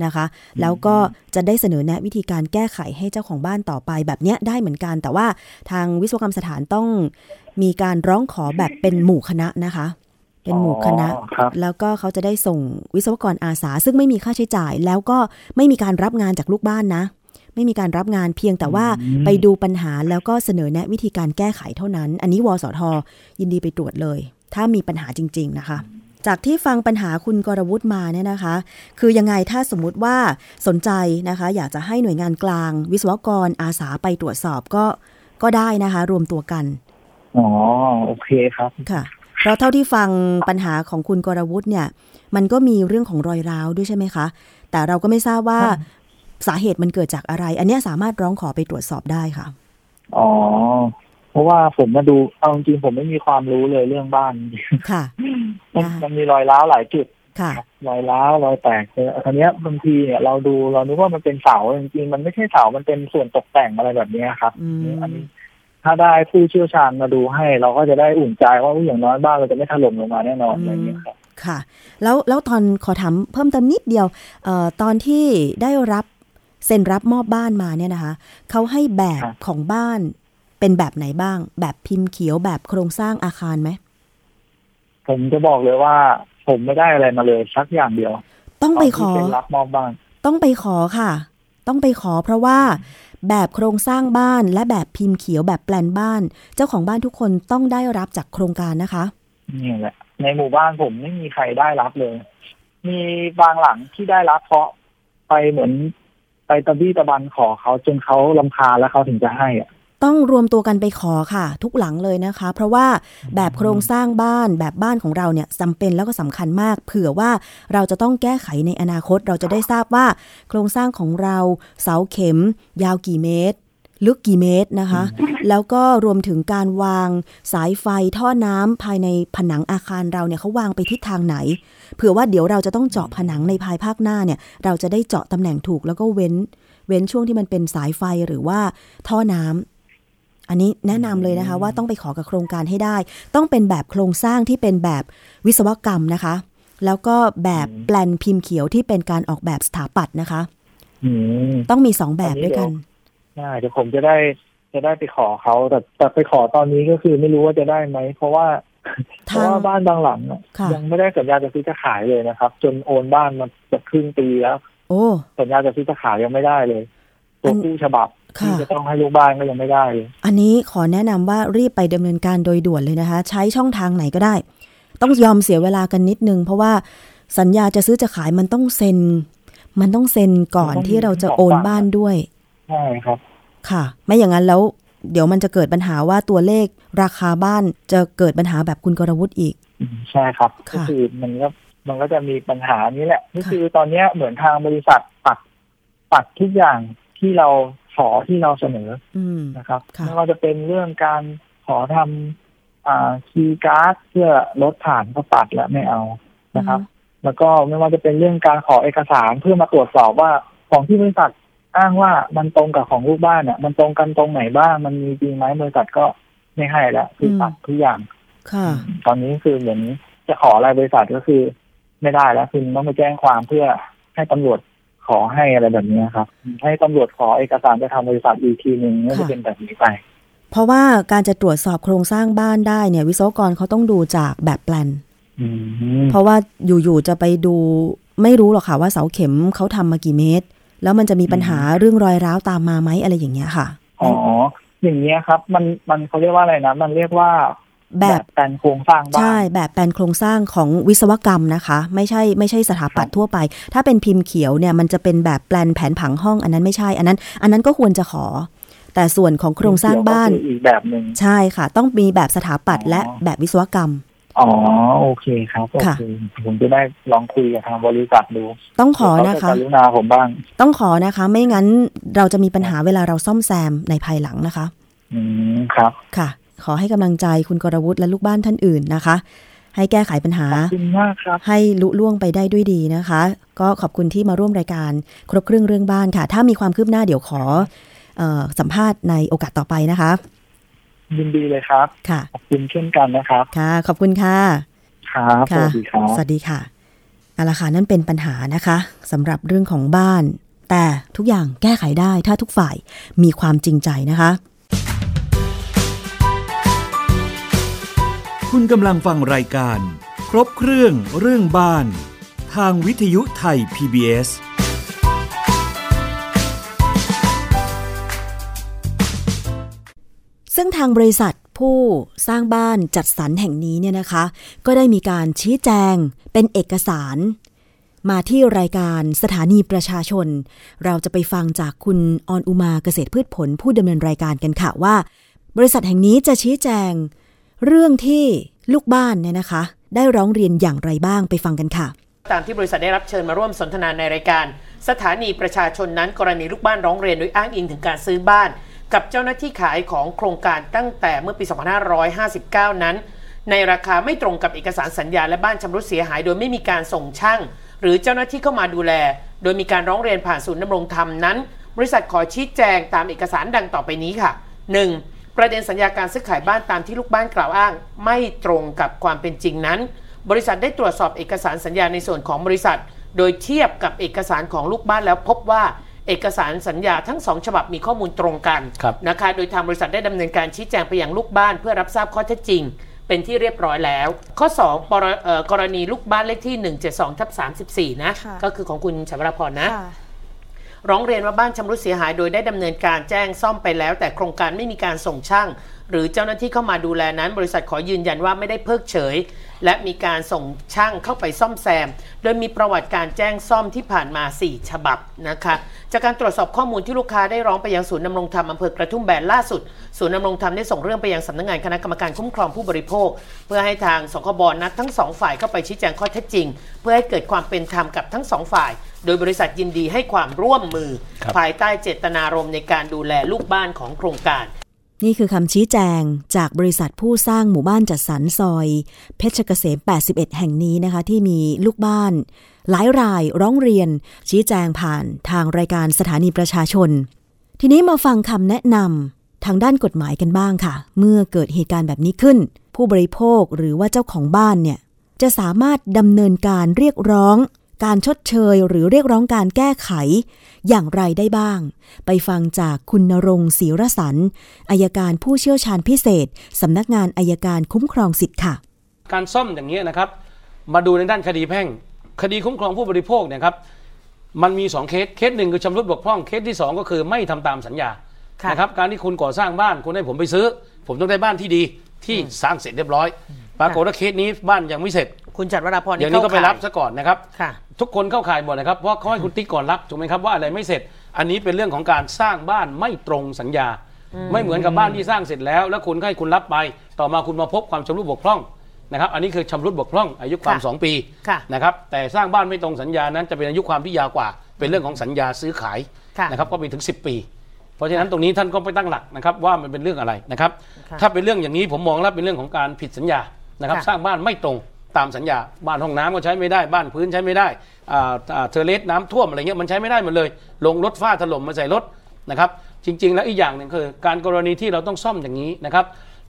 Speaker 2: นะคะ แล้วก็จะได้เสนอแนะวิธีการแก้ไขให้เจ้าของบ้านต่อไปแบบเนี้ยได้เหมือนกัน แต่ว่าทางวิศวกรรมสถานต้องมีการร้องขอแบบเป็นหมู่คณะนะคะ
Speaker 3: ๆ
Speaker 2: เป็นหมู่คณะ
Speaker 3: อ๋อครับ
Speaker 2: แล้วก็เขาจะได้ส่งวิศวกรอาสา ซึ่งไม่มีค่าใช้จ่าย แล้วก็ไม่มีการรับงานจากลูกบ้านนะ ไม่มีการรับงานเพียงแต่ว่า
Speaker 3: อืม
Speaker 2: ไปดูปัญหาแล้วก็เสนอแนะวิธีการแก้ไขเท่านั้น อันนี้วสท ยินดีไปตรวจเลย ถ้ามีปัญหาจริง ๆ นะคะ จากที่ฟังปัญหาคุณกรวุฒิมาเนี่ยนะคะ คือยังไงถ้าสมมุติว่าสนใจนะคะ อยากจะให้หน่วยงานกลาง วิศวกรอาสาไปตรวจสอบก็ก็ได้นะคะ รวมตัวกัน
Speaker 3: อ๋อโอเคครับ
Speaker 2: ค่ะเพราะเท่าที่ฟังปัญหาของคุณกรวุฒิเนี่ย มันก็มีเรื่องของรอยร้าวด้วยใช่ไหมคะ แต่เราก็ไม่ทราบว่า
Speaker 3: ครับ
Speaker 2: สาเหตุมันเกิดจากอะไร อันเนี้ยสามารถร้องขอไปตรวจสอบได้ค่ะ
Speaker 3: อ๋อเพราะว่าผมมาดูเอาจริงๆผมไม่มีความรู้เลยเรื่องบ้าน
Speaker 2: ค่ะ
Speaker 3: มัน
Speaker 2: อ่ามั
Speaker 3: มันมีรอยร้าวหลายจุด
Speaker 2: ค่ะ
Speaker 3: ครับรอยร้าวรอยแตกเยอะคราวเนี้ยบางทีเนี่ยเราดูเรานึกว่ามันเป็นเสาจริงๆมันไม่ใช่เสามันเป็นส่วนตกแต่งอะไรแบบเนี้ยครับ
Speaker 2: อืม
Speaker 3: อันนี้ถ้าได้ผู้เชี่ยวชาญมาดูให้ เราก็จะได้อุ่นใจว่าอย่างน้อยบ้านเราจะไม่ถล่มลงมาแน่นอนอะไรอย่างเงี้ยครับ
Speaker 2: ค่ะ แล้วแล้วตอนขอถามเพิ่มเติมนิดเดียวเออตอนที่ได้รับเซ็นรับมอบบ้านมาเนี่ยนะคะเขาให้แบบ
Speaker 3: ครับ
Speaker 2: ของบ้านเป็นแบบไหนบ้าง แบบพิมพ์เขียวแบบโครงสร้างอาคารไหม
Speaker 3: ผมจะบอกเลยว่า ผมไม่ได้อะไรมาเลยสักอย่างเดียว
Speaker 2: ต้องไปขอ
Speaker 3: เาที่เป็นรับมอบบ้าน
Speaker 2: ต้องไปขอค่ะ ต้องไปขอเพราะว่า แบบโครงสร้างบ้านและแบบพิมพ์เขียวแบบแปลนบ้าน เจ้าของบ้านทุกคนต้องได้รับจากโครงการนะคะ
Speaker 3: นี่แหละ ในหมู่บ้านผมไม่มีใครได้รับเลย มีบางหลังที่ได้รับเพราะไปเหมือนไปตะบี้ตะบันขอเขาจนเขาลำคาญแล้วเขาถึงจะให้อะ
Speaker 2: ต้องรวมตัวกันไปขอค่ะ ทุกหลังเลยนะคะ เพราะว่าแบบโครงสร้างบ้านแบบบ้านของเราเนี่ยจำเป็นแล้วก็สำคัญมาก เผื่อว่าเราจะต้องแก้ไขในอนาคตเราจะได้ทราบว่า โครงสร้างของเราเสาเข็ม ยาวกี่เมตร ลึกกี่เมตรนะคะ แล้วก็รวมถึงการวางสายไฟท่อน้ำภายในผนังอาคารเราเนี่ยเขาวางไปทิศทางไหน เผื่อว่าเดี๋ยวเราจะต้องเจาะผนังในภายภาคหน้าเนี่ย เราจะได้เจาะตำแหน่งถูกแล้วก็เว้น เว้นช่วงที่มันเป็นสายไฟหรือว่าท่อน้ำอันนี้แนะนำเลยนะคะ ว่าต้องไปขอกับโครงการให้ได้ ต้องเป็นแบบโครงสร้างที่เป็นแบบวิศวกรรมนะคะ แล้วก็แบบแปลนพิมพ์เขียวที่เป็นการออกแบบสถาปัตย์นะคะ
Speaker 3: อืม
Speaker 2: ต้องมีสองแบบด้วยกัน
Speaker 3: ได้เดี๋ยวผมจะได้จะได้ไปขอเขาแต่แต่ไปขอตอนนี้ก็คือไม่รู้ว่าจะได้ไหม เพราะว่าเพ
Speaker 2: ทาง
Speaker 3: ราะว่าบ้านบางหลังอะ
Speaker 2: ค่ะ
Speaker 3: ยังไม่ได้สัญญาจะซื้อจะขายเลยนะครับ จนโอนบ้านมาจะครึ่งปีแล้ว
Speaker 2: โอ้
Speaker 3: สัญญาจะซื้อจะขายยังไม่ได้เลย ตัว
Speaker 2: อัน
Speaker 3: คู่ฉบับ
Speaker 2: ค่ะ
Speaker 3: ที่จะต้องให้ลูกบ้านก็ยังไม่ได้เลย
Speaker 2: อันนี้ขอแนะนำว่ารีบไปดำเนินการโดยด่วนเลยนะคะ ใช้ช่องทางไหนก็ได้ ต้องยอมเสียเวลากันนิดนึง เพราะว่าสัญญาจะซื้อจะขายมันต้องเซ็น มันต้องเซ็นก่อน
Speaker 3: มันต้อง
Speaker 2: ที่เราจะโอน
Speaker 3: บอกก่อน
Speaker 2: บ้านด้วย
Speaker 3: ใช่ครับ
Speaker 2: ค่ะ ไม่อย่างนั้นแล้ว เดี๋ยวมันจะเกิดปัญหาว่าตัวเลขราคาบ้านจะเกิดปัญหาแบบคุณกรวุฒิอีก
Speaker 3: อืมใช่ครับ
Speaker 2: ค่ะ
Speaker 3: ก็คือมันก็มันก็จะมีปัญหานี้แหละก็
Speaker 2: ค่ะ
Speaker 3: คือตอนเนี้ยเหมือนทางบริษัทปัดปัดทุกอย่างที่เราขอที่เราเสนอ
Speaker 2: อืม
Speaker 3: นะครับ
Speaker 2: ค่ะ
Speaker 3: ไม่ว่าจะเป็นเรื่องการขอทำอ่าคีย์การ์ดเพื่อลดผ่านก็ปัดและไม่เอานะครับ แล้วก็ไม่ว่าจะเป็นเรื่องการขอเอกสารเพื่อมาตรวจสอบว่าของที่บริษัทอ้างว่ามันตรงกับของลูกบ้านเนี่ยมันตรงกันตรงไหนบ้างมันมีจริงไหมบริษัทก็ไม่ให้แล้วคือปัดทุกอย่าง
Speaker 2: ค่ะ
Speaker 3: ตอนนี้คือเหมือนจะขออะไรบริษัทก็คือ ไม่ได้แล้วคือต้องไปแจ้งความเพื่อให้ตำรวจขอให้อะไรแบบนี้ครับ ให้ตำรวจขอเอกสารไปทำบริษัทอีกทีหนึ่งก็จะ
Speaker 2: ค่ะ
Speaker 3: เป็นแบบนี้ไป
Speaker 2: เพราะว่าการจะตรวจสอบโครงสร้างบ้านได้เนี่ย วิศวกรเขาต้องดูจากแบบแปลน
Speaker 3: อืม
Speaker 2: เพราะว่าอยู่ๆจะไปดูไม่รู้หรอกค่ะว่าเสาเข็มเขาทำมากี่เมตร แล้วมันจะมีปัญหาเรื่องรอยร้าวตามมาไหมอะไรอย่างเงี้ยค่ะ
Speaker 3: อ๋ออย่างเงี้ยครับ มันมันเขาเรียกว่าอะไรนะมันเรียกว่า
Speaker 2: แบบ
Speaker 3: การโครงสร้างบ้าน
Speaker 2: ใช่แบบแปลนโครงสร้างของวิศวกรรมนะคะ ไม่ใช่ไม่ใช่สถาปัตย์ทั่วไป ถ้าเป็นพิมพ์เขียวเนี่ยมันจะเป็นแบบแปลนแผนผังห้องอันนั้นไม่ใช่ อันนั้น อันนั้นก็ควรจะขอ แต่ส่วนของโครงสร้างบ้าน
Speaker 3: เดี๋ยวก็คืออีกแบบหนึ่ง
Speaker 2: ใช่ค่ะ ต้องมีแบบสถาปัตย์และ
Speaker 3: อ๋อ
Speaker 2: แบบวิศวกรรม
Speaker 3: อ๋อโอเคครับโอ
Speaker 2: ค่ะ
Speaker 3: เคผมจะได้ลองคุยกับทางบริษัทดู
Speaker 2: ต้องขอนะคะ
Speaker 3: เดี๋ยวเขาจกรุณาผมบ้าง
Speaker 2: ต้องขอนะคะ ไม่งั้นเราจะมีปัญหาเวลาเราซ่อมแซมในภายหลังนะคะ
Speaker 3: อืมครับ
Speaker 2: ค่ะ ขอให้กำลังใจคุณกรวุฒิและลูกบ้านท่านอื่นนะคะ ให้แก้ไขปัญหา
Speaker 3: ขอบคุณมากครับ
Speaker 2: ให้ลุล่วงไปได้ด้วยดีนะคะ ก็ขอบคุณที่มาร่วมรายการ ครบเครื่องเรื่องบ้านค่ะ ถ้ามีความคืบหน้าเดี๋ยวขอเออสัมภาษณ์ในโอกาสต่อไปนะคะ
Speaker 3: ยินดีเลยครับ
Speaker 2: ค่ะ
Speaker 3: ขอบคุณเช่นกันนะครับ
Speaker 2: ค่ะ ขอบคุณค่ะ
Speaker 3: ครับส
Speaker 2: ค่ะ
Speaker 3: วัสดีครับ
Speaker 2: สวัสดีค่ะเอาละค่ะนั่นเป็นปัญหานะคะสำหรับเรื่องของบ้าน แต่ทุกอย่างแก้ไขได้ถ้าทุกฝ่ายมีความจริงใจนะคะ
Speaker 1: คุณกำลังฟังรายการ ครบเครื่องเรื่องบ้าน ทางวิทยุไทย PBS
Speaker 2: ซึ่งทางบริษัทผู้สร้างบ้านจัดสรรแห่งนี้เนี่ยนะคะ ก็ได้มีการชี้แจงเป็นเอกสาร มาที่รายการสถานีประชาชน เราจะไปฟังจากคุณออนอุมาเกษตรพืชผลผู้ดำเนินรายการกันค่ะว่า บริษัทแห่งนี้จะชี้แจง เรื่องที่ลูกบ้านเนี่ยนะคะ ได้ร้องเรียนอย่างไรบ้างไปฟังกันค่ะ
Speaker 4: ตามที่บริษัทได้รับเชิญมาร่วมสนทนาในรายการ สถานีประชาชนนั้น กรณีลูกบ้านร้องเรียนโดยอ้างอิงถึงการซื้อบ้าน กับเจ้าหน้าที่ขายของโครงการตั้งแต่เมื่อปี 2559 นั้น ในราคาไม่ตรงกับเอกสารสัญญาและบ้านชำรุดเสียหาย โดยไม่มีการส่งช่าง หรือเจ้าหน้าที่เข้ามาดูแล โดยมีการร้องเรียนผ่านศูนย์ดำรงธรรมนั้น บริษัทขอชี้แจงตามเอกสารดังต่อไปนี้ค่ะ 1. ประเด็นสัญญาการซื้อขายบ้านตามที่ลูกบ้านกล่าวอ้าง ไม่ตรงกับความเป็นจริงนั้น บริษัทได้ตรวจสอบเอกสารสัญญาในส่วนของบริษัท โดยเทียบกับเอกสารของลูกบ้านแล้วพบว่า เอกสารสัญญาทั้งสองฉบับมีข้อมูลตรงกัน
Speaker 5: ครับ
Speaker 4: นะคะ โดยทางบริษัทได้ดำเนินการชี้แจงไปยังลูกบ้านเพื่อรับทราบข้อเท็จจริง เป็นที่เรียบร้อยแล้ว ข้อ2ปรเอ่อกรณีลูกบ้านเลขที่ 172ทับ34 นะ
Speaker 6: ค่ะ
Speaker 4: ก็คือของคุณชวราพรนะ
Speaker 6: ค่ะ
Speaker 4: ร้องเรียนว่าบ้านชำรุดเสียหายโดยได้ดำเนินการแจ้งซ่อมไปแล้ว แต่โครงการไม่มีการส่งช่าง หรือเจ้าหน้าที่เข้ามาดูแลนั้น บริษัทขอยืนยันว่าไม่ได้เพิกเฉย และมีการส่งช่างเข้าไปซ่อมแซม โดยมีประวัติการแจ้งซ่อมที่ผ่านมา 4 ฉบับนะคะ จากการตรวจสอบข้อมูลที่ลูกค้าได้ร้องไปยังศูนย์ดำรงธรรมอำเภอกระทุ่มแบนล่าสุด ศูนย์ดำรงธรรมได้ส่งเรื่องไปยังสำนักงานคณะกรรมการคุ้มครองผู้บริโภค เพื่อให้ทางสคบนัดทั้งสองฝ่ายเข้าไปชี้แจงข้อเท็จจริง เพื่อให้เกิดความเป็นธรรมกับทั้งสองฝ่าย โดยบริษัทยินดีให้ความร่วมมือ
Speaker 5: ครับ
Speaker 4: ภายใต้เจตนารมณ์ในการดูแลลูกบ้านของโครงการ
Speaker 2: นี่คือคำชี้แจงจากบริษัทผู้สร้างหมู่บ้านจัดสรรซอย เพชรเกษม 81 แห่งนี้นะคะ ที่มีลูกบ้าน หลายรายร้องเรียน ชี้แจงผ่านทางรายการสถานีประชาชน ทีนี้มาฟังคำแนะนำทางด้านกฎหมายกันบ้างค่ะ เมื่อเกิดเหตุการณ์แบบนี้ขึ้น ผู้บริโภคหรือว่าเจ้าของบ้านเนี่ย จะสามารถดำเนินการเรียกร้อง การชดเชย หรือเรียกร้องการแก้ไข อย่างไรได้บ้าง ไปฟังจากคุณณรงค์ศรีรสันอายการผู้เชี่ยวชาญพิเศษ สำนักงานอายการคุ้มครองสิทธิ์ค่ะ
Speaker 5: การซ่อมอย่างนี้ยนะครับ มาดูในด้านคดีแพ่ง คดีคุ้มครองผู้บริโภคเนี่ยครับ มันมี 2 เคส เคสหนึ่งคือชำรุดบกพร่อง เคสที่ 2 ก็คือไม่ทำตามสัญญา
Speaker 4: ค่ะ
Speaker 5: นะครับ การที่คุณก่อสร้างบ้านคุณให้ผมไปซื้อ ผมต้องได้บ้านที่ดีที่สร้างเสร็จเรียบร้อย ปรากฏว่าเคสนี้บ้านยังไม่เสร็จ
Speaker 4: คุณจัดวราพร
Speaker 5: อย่างนี้ก็ไป
Speaker 4: เข้าข่าย
Speaker 5: รับซะก่อนนะครับ
Speaker 4: ค่ะ
Speaker 5: ทุกคนเข้าข่ายหมดนะครับเพราะเขาให้คุณติ๊กก่อนรับถูกไหมครับว่าอะไรไม่เสร็จ อันนี้เป็นเรื่องของการสร้างบ้านไม่ตรงสัญญา ไม่เหมือนกับบ้านที่สร้างเสร็จแล้ว แล้วคุณก็ให้คุณรับไป ต่อมาคุณมาพบความชำรุดบกพร่องนะครับ อันนี้คือชำรุดบกพร่อง อายุความ
Speaker 4: ค่ะ
Speaker 5: สองปี
Speaker 4: ค่ะ
Speaker 5: นะครับแต่สร้างบ้านไม่ตรงสัญญานั้นจะเป็นอายุความที่ยาวกว่า เป็นเรื่องของสัญญาซื้อขาย
Speaker 4: ค่ะ
Speaker 5: นะครับก็มีถึง 10 ปี เพราะฉะนั้นตรงนี้ท่านก็ไปตั้งหลักนะครับว่ามันเป็นเรื่องอะไรนะครับ
Speaker 4: ค่ะ
Speaker 5: ถ้าเป็นเรื่องอย่างนี้ผมมองแล้วเป็นเรื่องของการผิดสัญญานะครับ
Speaker 4: ค่ะ
Speaker 5: สร้างบ้านไม่ตรงตามสัญญา บ้านห้องน้ำก็ใช้ไม่ได้บ้านพื้นใช้ไม่ได้อ่าอ่าเทอร์เลสน้ำท่วมอะไรเงี้ยมันใช้ไม่ได้หมดเลย ลงรถฝ้าถล่มมาใส่รถนะครับ จริง ๆ แล้วอีกอย่างหนึ่งคือ การกรณีที่เราต้องซ่อมอย่างนี้นะครับ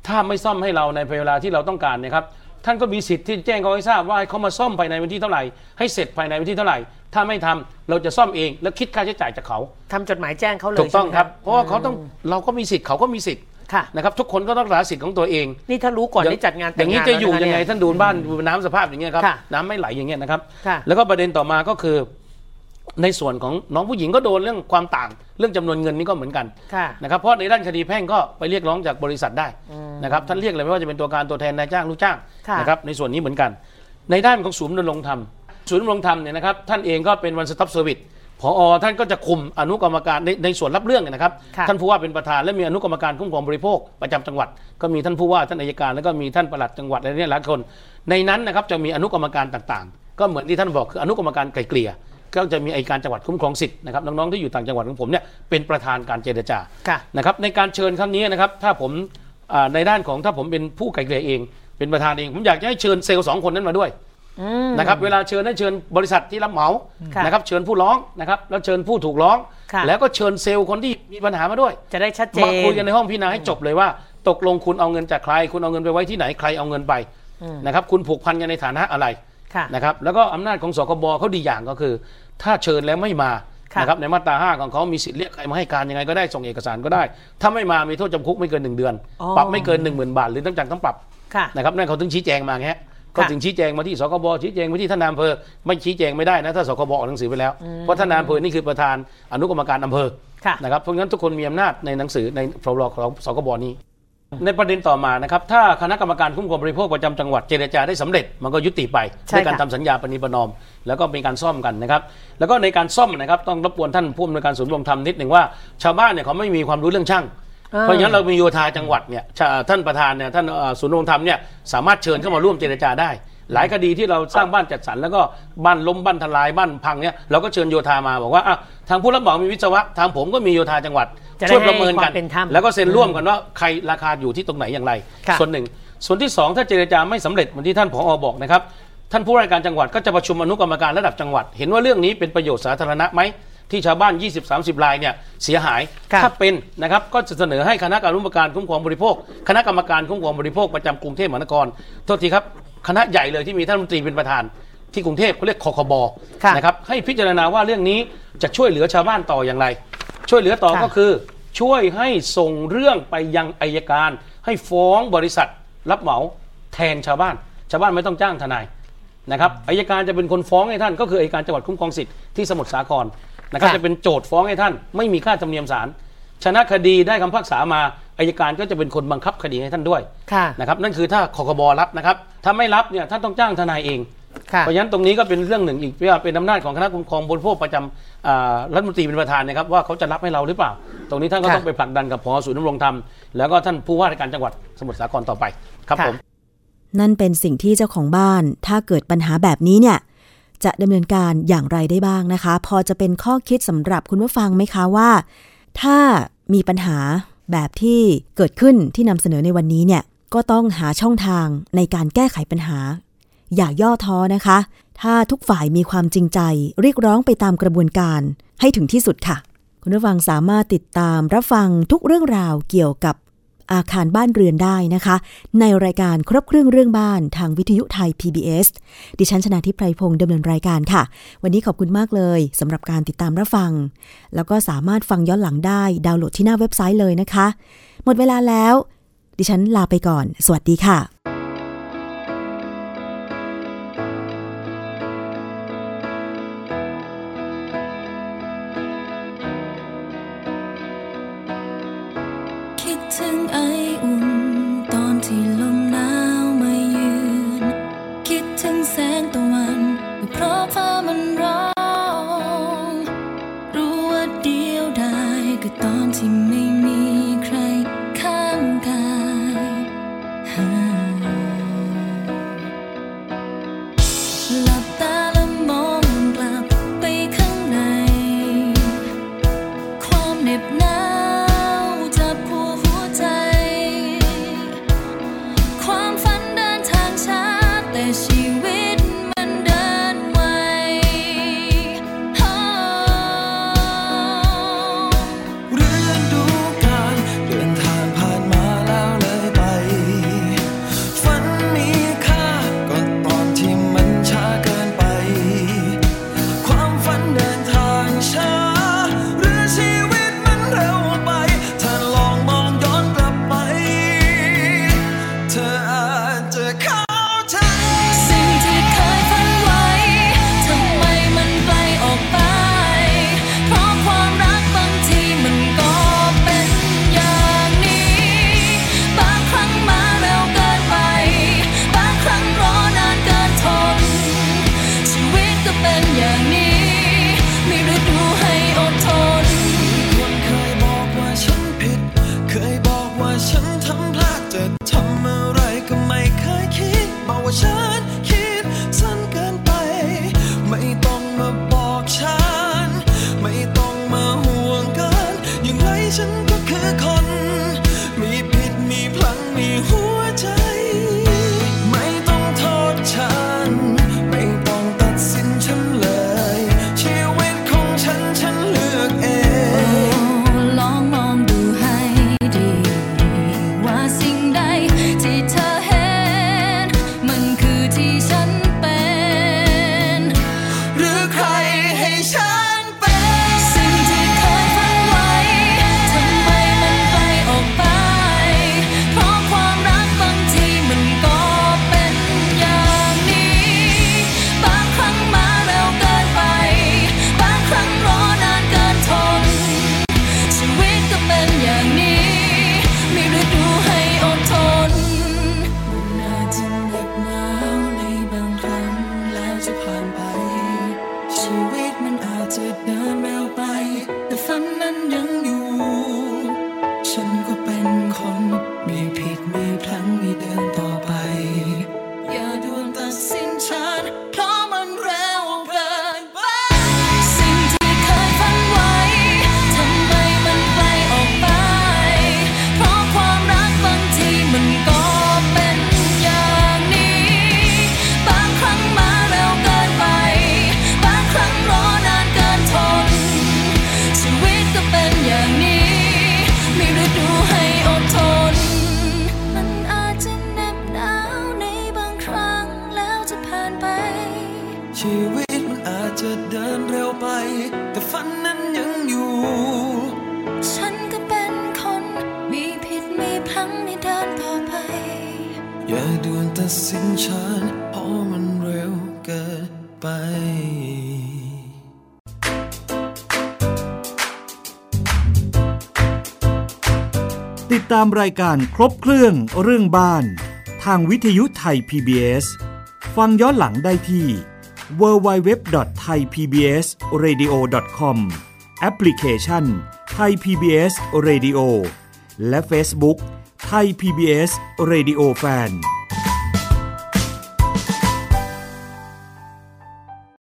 Speaker 5: ถ้าไม่ซ่อมให้เราในเวลาที่เราต้องการเนะครับ ท่านก็มีสิทธิ์ที่จะแจ้งเขาให้ทราบว่าให้เขามาซ่อมภายในวันที่เท่าไหร่ให้เสร็จภายในวันที่เท่าไหร่ ถ้าไม่ทำเราจะซ่อมเองแล้วคิดค่าใช้จ่ายจากเขา
Speaker 4: ทำจดหมายแจ้งเขาเลย
Speaker 5: ถูกต้อง
Speaker 4: ใช่ไหม
Speaker 5: ครับ เพราะว่าเขาต้องเราก็มีสิทธิ์เขาก็มีสิทธิ์
Speaker 4: ค่ะ
Speaker 5: นะครับ ทุกคนก็ต้องรักษาสิทธิ์ของตัวเอง
Speaker 4: นี่ถ้ารู้ก่อนได้จัดงาน
Speaker 5: อ
Speaker 4: แต่
Speaker 5: ย่างงนี้
Speaker 4: งาน
Speaker 5: จะอยู่
Speaker 4: แล้ว
Speaker 5: ยังไง
Speaker 4: เนี่
Speaker 5: ท่านดูบ้านดูน้ำสภาพอย่างเงี้ยครับ
Speaker 4: ค่ะ
Speaker 5: น้ำไม่ไหลอย่างเงี้ยนะครับ
Speaker 4: ค่ะ
Speaker 5: แล้วก็ประเด็นต่อมาก็คือ ในส่วนของน้องผู้หญิงก็โดนเรื่องความต่าง เรื่องจำนวนเงินนี่ก็เหมือนกัน
Speaker 4: ค่ะ
Speaker 5: นะครับเพราะในด้านคดีแพ่งก็ไปเรียกร้องจากบริษัทได้นะครับท่านเรียกเลยไม่ว่าจะเป็นตัวการตัวแทนนายจ้างลูกจ้าง
Speaker 4: ค่ะ
Speaker 5: นะครับในส่วนนี้เหมือนกัน ในด้านของศูนย์ดำรงธรรมศูนย์ดำรงธรรมเนี่ยนะครับท่านเองก็เป็นวันสต็อปเซอร์วิสพอท่านก็จะคุมอนุกรรมการในในส่วนรับเรื่องเนี่ยนะครับ
Speaker 4: ค่ะ
Speaker 5: ท่านผู้ว่าเป็นประธานและมีอนุกรรมการคุ้มครองบริโภคประจำจังหวัด ก็มีท่านผู้ว่าท่านอัยการแล้วก็มีท่านปลัดจังหวัดอะไรเนี่ยหลายคน ในนั้นนะครับจะมีอนุกรรมการต่างๆ ก็เหมือนที่ท่านบอกคืออนุกรรมการไกลเกลี่ยก็จะมีอัยการจังหวัดคุ้มครองสิทธิ์นะครับน้องๆที่อยู่ต่างจังหวัดของผมเนี่ยเป็นประธานการเจรจา
Speaker 4: ค่ะ
Speaker 5: นะครับในการเชิญครั้งนี้นะครับถ้าผมอ่าในด้านของถ้าผมเป็นผู้ไกลเกลี่ยเอง เป็นประธานเอง ผมอยากจะให้เชิญเซลล์สองคนนั้นมาด้วย
Speaker 4: อืม
Speaker 5: นะครับเวลาเชิญให้เชิญบริษัทที่รับเหมา
Speaker 4: ค่ะ
Speaker 5: นะครับเชิญผู้ร้องนะครับแล้วเชิญผู้ถูกร้อง
Speaker 4: ค่ะ
Speaker 5: แล้วก็เชิญเซลล์คนที่มีปัญหามาด้วย
Speaker 4: จะได้ชัดเจน
Speaker 5: มาคุยกันในห้องพิจารณาให้จบเลยว่า ตกลงคุณเอาเงินจากใคร คุณเอาเงินไปไว้ที่ไหนใครเอาเงินไป
Speaker 4: อืม
Speaker 5: นะครับคุณผูกพันกันในฐานะอะไร
Speaker 4: ค่ะ
Speaker 5: นะครับแล้วก็อำนาจของสคบเขาดีอย่างก็คือ ถ้าเชิญแล้วไม่มา
Speaker 4: ค่ะ
Speaker 5: นะครับในมาตรา 5 ของเขามีสิทธิ์เรียกใครมาให้การยังไงก็ได้ส่งเอกสารก็ได้ ถ้าไม่มามีโทษจำคุกไม่เกิน 1 เดือน
Speaker 4: อ๋อ
Speaker 5: ปรับไม่เกิน 1 0,000 บาท หรือทั้งจำทั้งปรับ
Speaker 4: ค่ะ
Speaker 5: นะครับนั่นเขาถึงชี้แจงมาไงฮะก็ถึงชี้แจงมาที่สคบชี้แจงมาที่ท่านนายอำเภอไม่ชี้แจงไม่ได้นะถ้าสคบออกหนังสือไปแล้วเพราะท่านนายอำเภอนี่คือประธานอนุกรรมการอำเภอ
Speaker 4: ค่ะ
Speaker 5: นะครับเพราะงั้นทุกคนมีอำนาจในหนังสือในพรบของสคบนี้ ในประเด็นต่อมานะครับถ้าคณะกรรมการคุ้มครองบริโภคประจำจังหวัดเจรจาได้สำเร็จมันก็ยุติไป
Speaker 4: ใช่
Speaker 5: ด้วยการ
Speaker 4: ค่ะ
Speaker 5: ทำสัญญาปณีประนอม แล้วก็มีการซ่อมกันนะครับ แล้วก็ในการซ่อมนะครับต้องรบกวนท่านผู้อำนวยการศูนย์รวมธรรมนิดหนึ่งว่าชาวบ้านเนี่ยเขาไม่มีความรู้เรื่องช่าง เพราะฉะนั้นเรามีโยธาจังหวัดเนี่ยชาท่านประธานเนี่ยท่านเอ่อศูนย์รวมธรรมเนี่ยสามารถเชิญเข้ามาร่วมเจรจาได้ หลายคดีที่เราสร้างบ้านจัดสรรแล้วก็บ้านล้มบ้านทลายบ้านพังเนี่ยเราก็เชิญโยธามาบอกว่าอ่ะทางผู้รับเหมามีวิศวะทางผมก็มีโยธาจังหวัด
Speaker 4: จะได้
Speaker 5: ช่วยประเมิน
Speaker 4: ให้ค
Speaker 5: กั
Speaker 4: วาน มเป็นธรรม
Speaker 5: แล้วก็เซ็นร่วมกันว่าใครราคาอยู่ที่ตรงไหนอย่างไร
Speaker 4: ค่ะ
Speaker 5: ส่วนหนึ่ง ส่วนที่ 2 ถ้าเจรจาไม่สำเร็จเหมือนที่ท่านผออบอกนะครับ ท่านผู้ราชการจังหวัดก็จะประชุมอนุกรรมการระดับจังหวัด เห็นว่าเรื่องนี้เป็นประโยชน์สาธารณะไหมที่ชาวบ้าน 20-30รายเนี่ยเสียหาย
Speaker 4: ค่ะ
Speaker 5: ถ้าเป็นนะครับก็จะเสนอให้คณะกรรมการคุ้มครองบริโภค คณะกรรมการคุ้มครองบริโภคประจำกรุงเทพมหานครโทษทีครับคณะใหญ่เลยที่มีท่านรัฐมนตรีเป็นประธาน ที่กรุงเทพเขาเรียกคคบ
Speaker 4: ค่ะ
Speaker 5: นะครับให้พิจารณาว่าเรื่องนี้จะช่วยเหลือชาวบ้านต่ออย่างไร ช่วยเหลือต่อ
Speaker 4: ค่ะ
Speaker 5: ก็คือช่วยให้ส่งเรื่องไปยังอายการ ให้ฟ้องบริษัทรับเหมาแทนชาวบ้าน ชาวบ้านไม่ต้องจ้างทนายนะครับอายการจะเป็นคนฟ้องให้ท่าน ก็คืออายการจังหวัดคุ้มครองสิทธิ์ที่สมุทรสาครนะครับ
Speaker 4: ค่ะ
Speaker 5: จะเป็นโจทย์ฟ้องให้ท่าน ไม่มีค่าธรรมเนียมศาลชนะคดีได้คำพิพากษามาอายการก็จะเป็นคนบังคับคดีให้ท่านด้วย
Speaker 4: ค่ะ
Speaker 5: นะครับนั่นคือถ้าคคบรับนะครับถ้าไม่รับเนี่ยท่านต้องจ้างทนายเอง
Speaker 4: ค่ะ
Speaker 5: เพราะฉะนั้นตรงนี้ก็เป็นเรื่องหนึ่งอีกว่าเป็นอำนาจของคณะคุ้มครองบริโภคประจำอ่ารัฐมนตรีเป็นประธานนะครับว่าเขาจะรับให้เราหรือเปล่า ตรงนี้ท่านก็
Speaker 4: ค่ะ
Speaker 5: ต้องไปผลักดันกับพอศูนย์ดำรงธรรมแล้วก็ท่านผู้ว่าราชการจังหวัดสมุทรสาครต่อไปครับ
Speaker 4: ค่ะ
Speaker 5: ผม
Speaker 2: นั่นเป็นสิ่งที่เจ้าของบ้าน ถ้าเกิดปัญหาแบบนี้เนี่ย จะดำเนินการอย่างไรได้บ้างนะคะ พอจะเป็นข้อคิดสำหรับคุณผู้ฟังไหมคะว่า ถ้ามีปัญหาแบบที่เกิดขึ้นที่นำเสนอในวันนี้เนี่ย ก็ต้องหาช่องทางในการแก้ไขปัญหา อย่าย่อท้อนะคะ ถ้าทุกฝ่ายมีความจริงใจ เรียกร้องไปตามกระบวนการให้ถึงที่สุดค่ะ คุณผู้ฟังสามารถติดตามรับฟังทุกเรื่องราวเกี่ยวกับอาคารบ้านเรือนได้นะคะ ในรายการครบเครื่องเรื่องบ้านทางวิทยุไทย PBS ดิฉันชนะทิพไพรพงศ์ดำเนินรายการค่ะ วันนี้ขอบคุณมากเลยสำหรับการติดตามรับฟัง แล้วก็สามารถฟังย้อนหลังได้ดาวน์โหลดที่หน้าเว็บไซต์เลยนะคะ หมดเวลาแล้ว ดิฉันลาไปก่อน สวัสดีค่ะ
Speaker 6: คิดถึงไออุ่น ตอนที่ลมหนาวมาเยือน คิดถึงแส เป็นอย่างนี้ มีฤดูให้อดทน
Speaker 7: คนเคยบอกว่าฉันผิด เคยบอกว่าฉันทำพลาดจะทำอะไรก็ไม่เคยคิดบอกว่าฉันคิดสั้นเกินไป ไม่ต้องมาบอกฉัน ไม่ต้องมาห่วงกันอย่างไรฉันก็คือคน มีผิดมีพลังมีหัวใจ ไม่ต้องโทษฉัน ไม่ต้องตัดสินฉันเลย ชีวิตของฉันฉันเลือกเอง
Speaker 6: ลองมองดูให้ดี ว่าสิ่งใดที่เธอเห็น มันคือที่ฉันเป็น
Speaker 7: หรือใครให้ฉันเป็น
Speaker 6: สิ่งที่เคยฝันไว้ ทำไมมันไกลออกไป เพราะความรักบางทีมันก็เป็นอย่างนี้ บางครั้งมาเร็วเกินไป บางครั้งรอนานเกินทน ชีวิตก็เป็นอย่างนี้ มีฤดูให้อดทน
Speaker 7: มันอาจจะเหน็บหนาวในบางครั้งแล้วจะผ่านไป ชีวิตมันอาจจะเดินเร็วไป แต่ฝันนั้นยังอยู่ ฉันก็เป็นคน มีผิดมีพลังมีเดินต่อไป อย่าด่วนตัดสินฉัน เพราะมันเร็วเกินไป
Speaker 6: สิ่งที่เคยฝันไว้ ทำไมมันไกลออกไป เพราะความรักบางทีมันก็เป็นอย่างนี้ บางครั้งมาเร็วเกินไป บางครั้งรอนานเกินทน ชีวิตก็เป็นอย่างนี้ มีฤดูให้อดทน มันอาจจะเหน็บหนาวในบางครั้งแล้วจะผ่านไป
Speaker 7: ชีวิตมันอาจจะเดินเร็วไป แต่ฝันนั้นยังอยู่
Speaker 6: ฉันก็เป็นคน มีผิดมีพลังในเดินต่อไป
Speaker 7: อย่าด่วนตัดสินฉันเพราะมันเร็วเกินไป
Speaker 1: ติดตามรายการครบเครื่องเรื่องบ้าน ทางวิทยุไทย PBS ฟังย้อนหลังได้ที่ www.thaipbsradio.com แอปพลิเคชัน Thai PBS Radio และ Facebook Thai PBS Radio Fan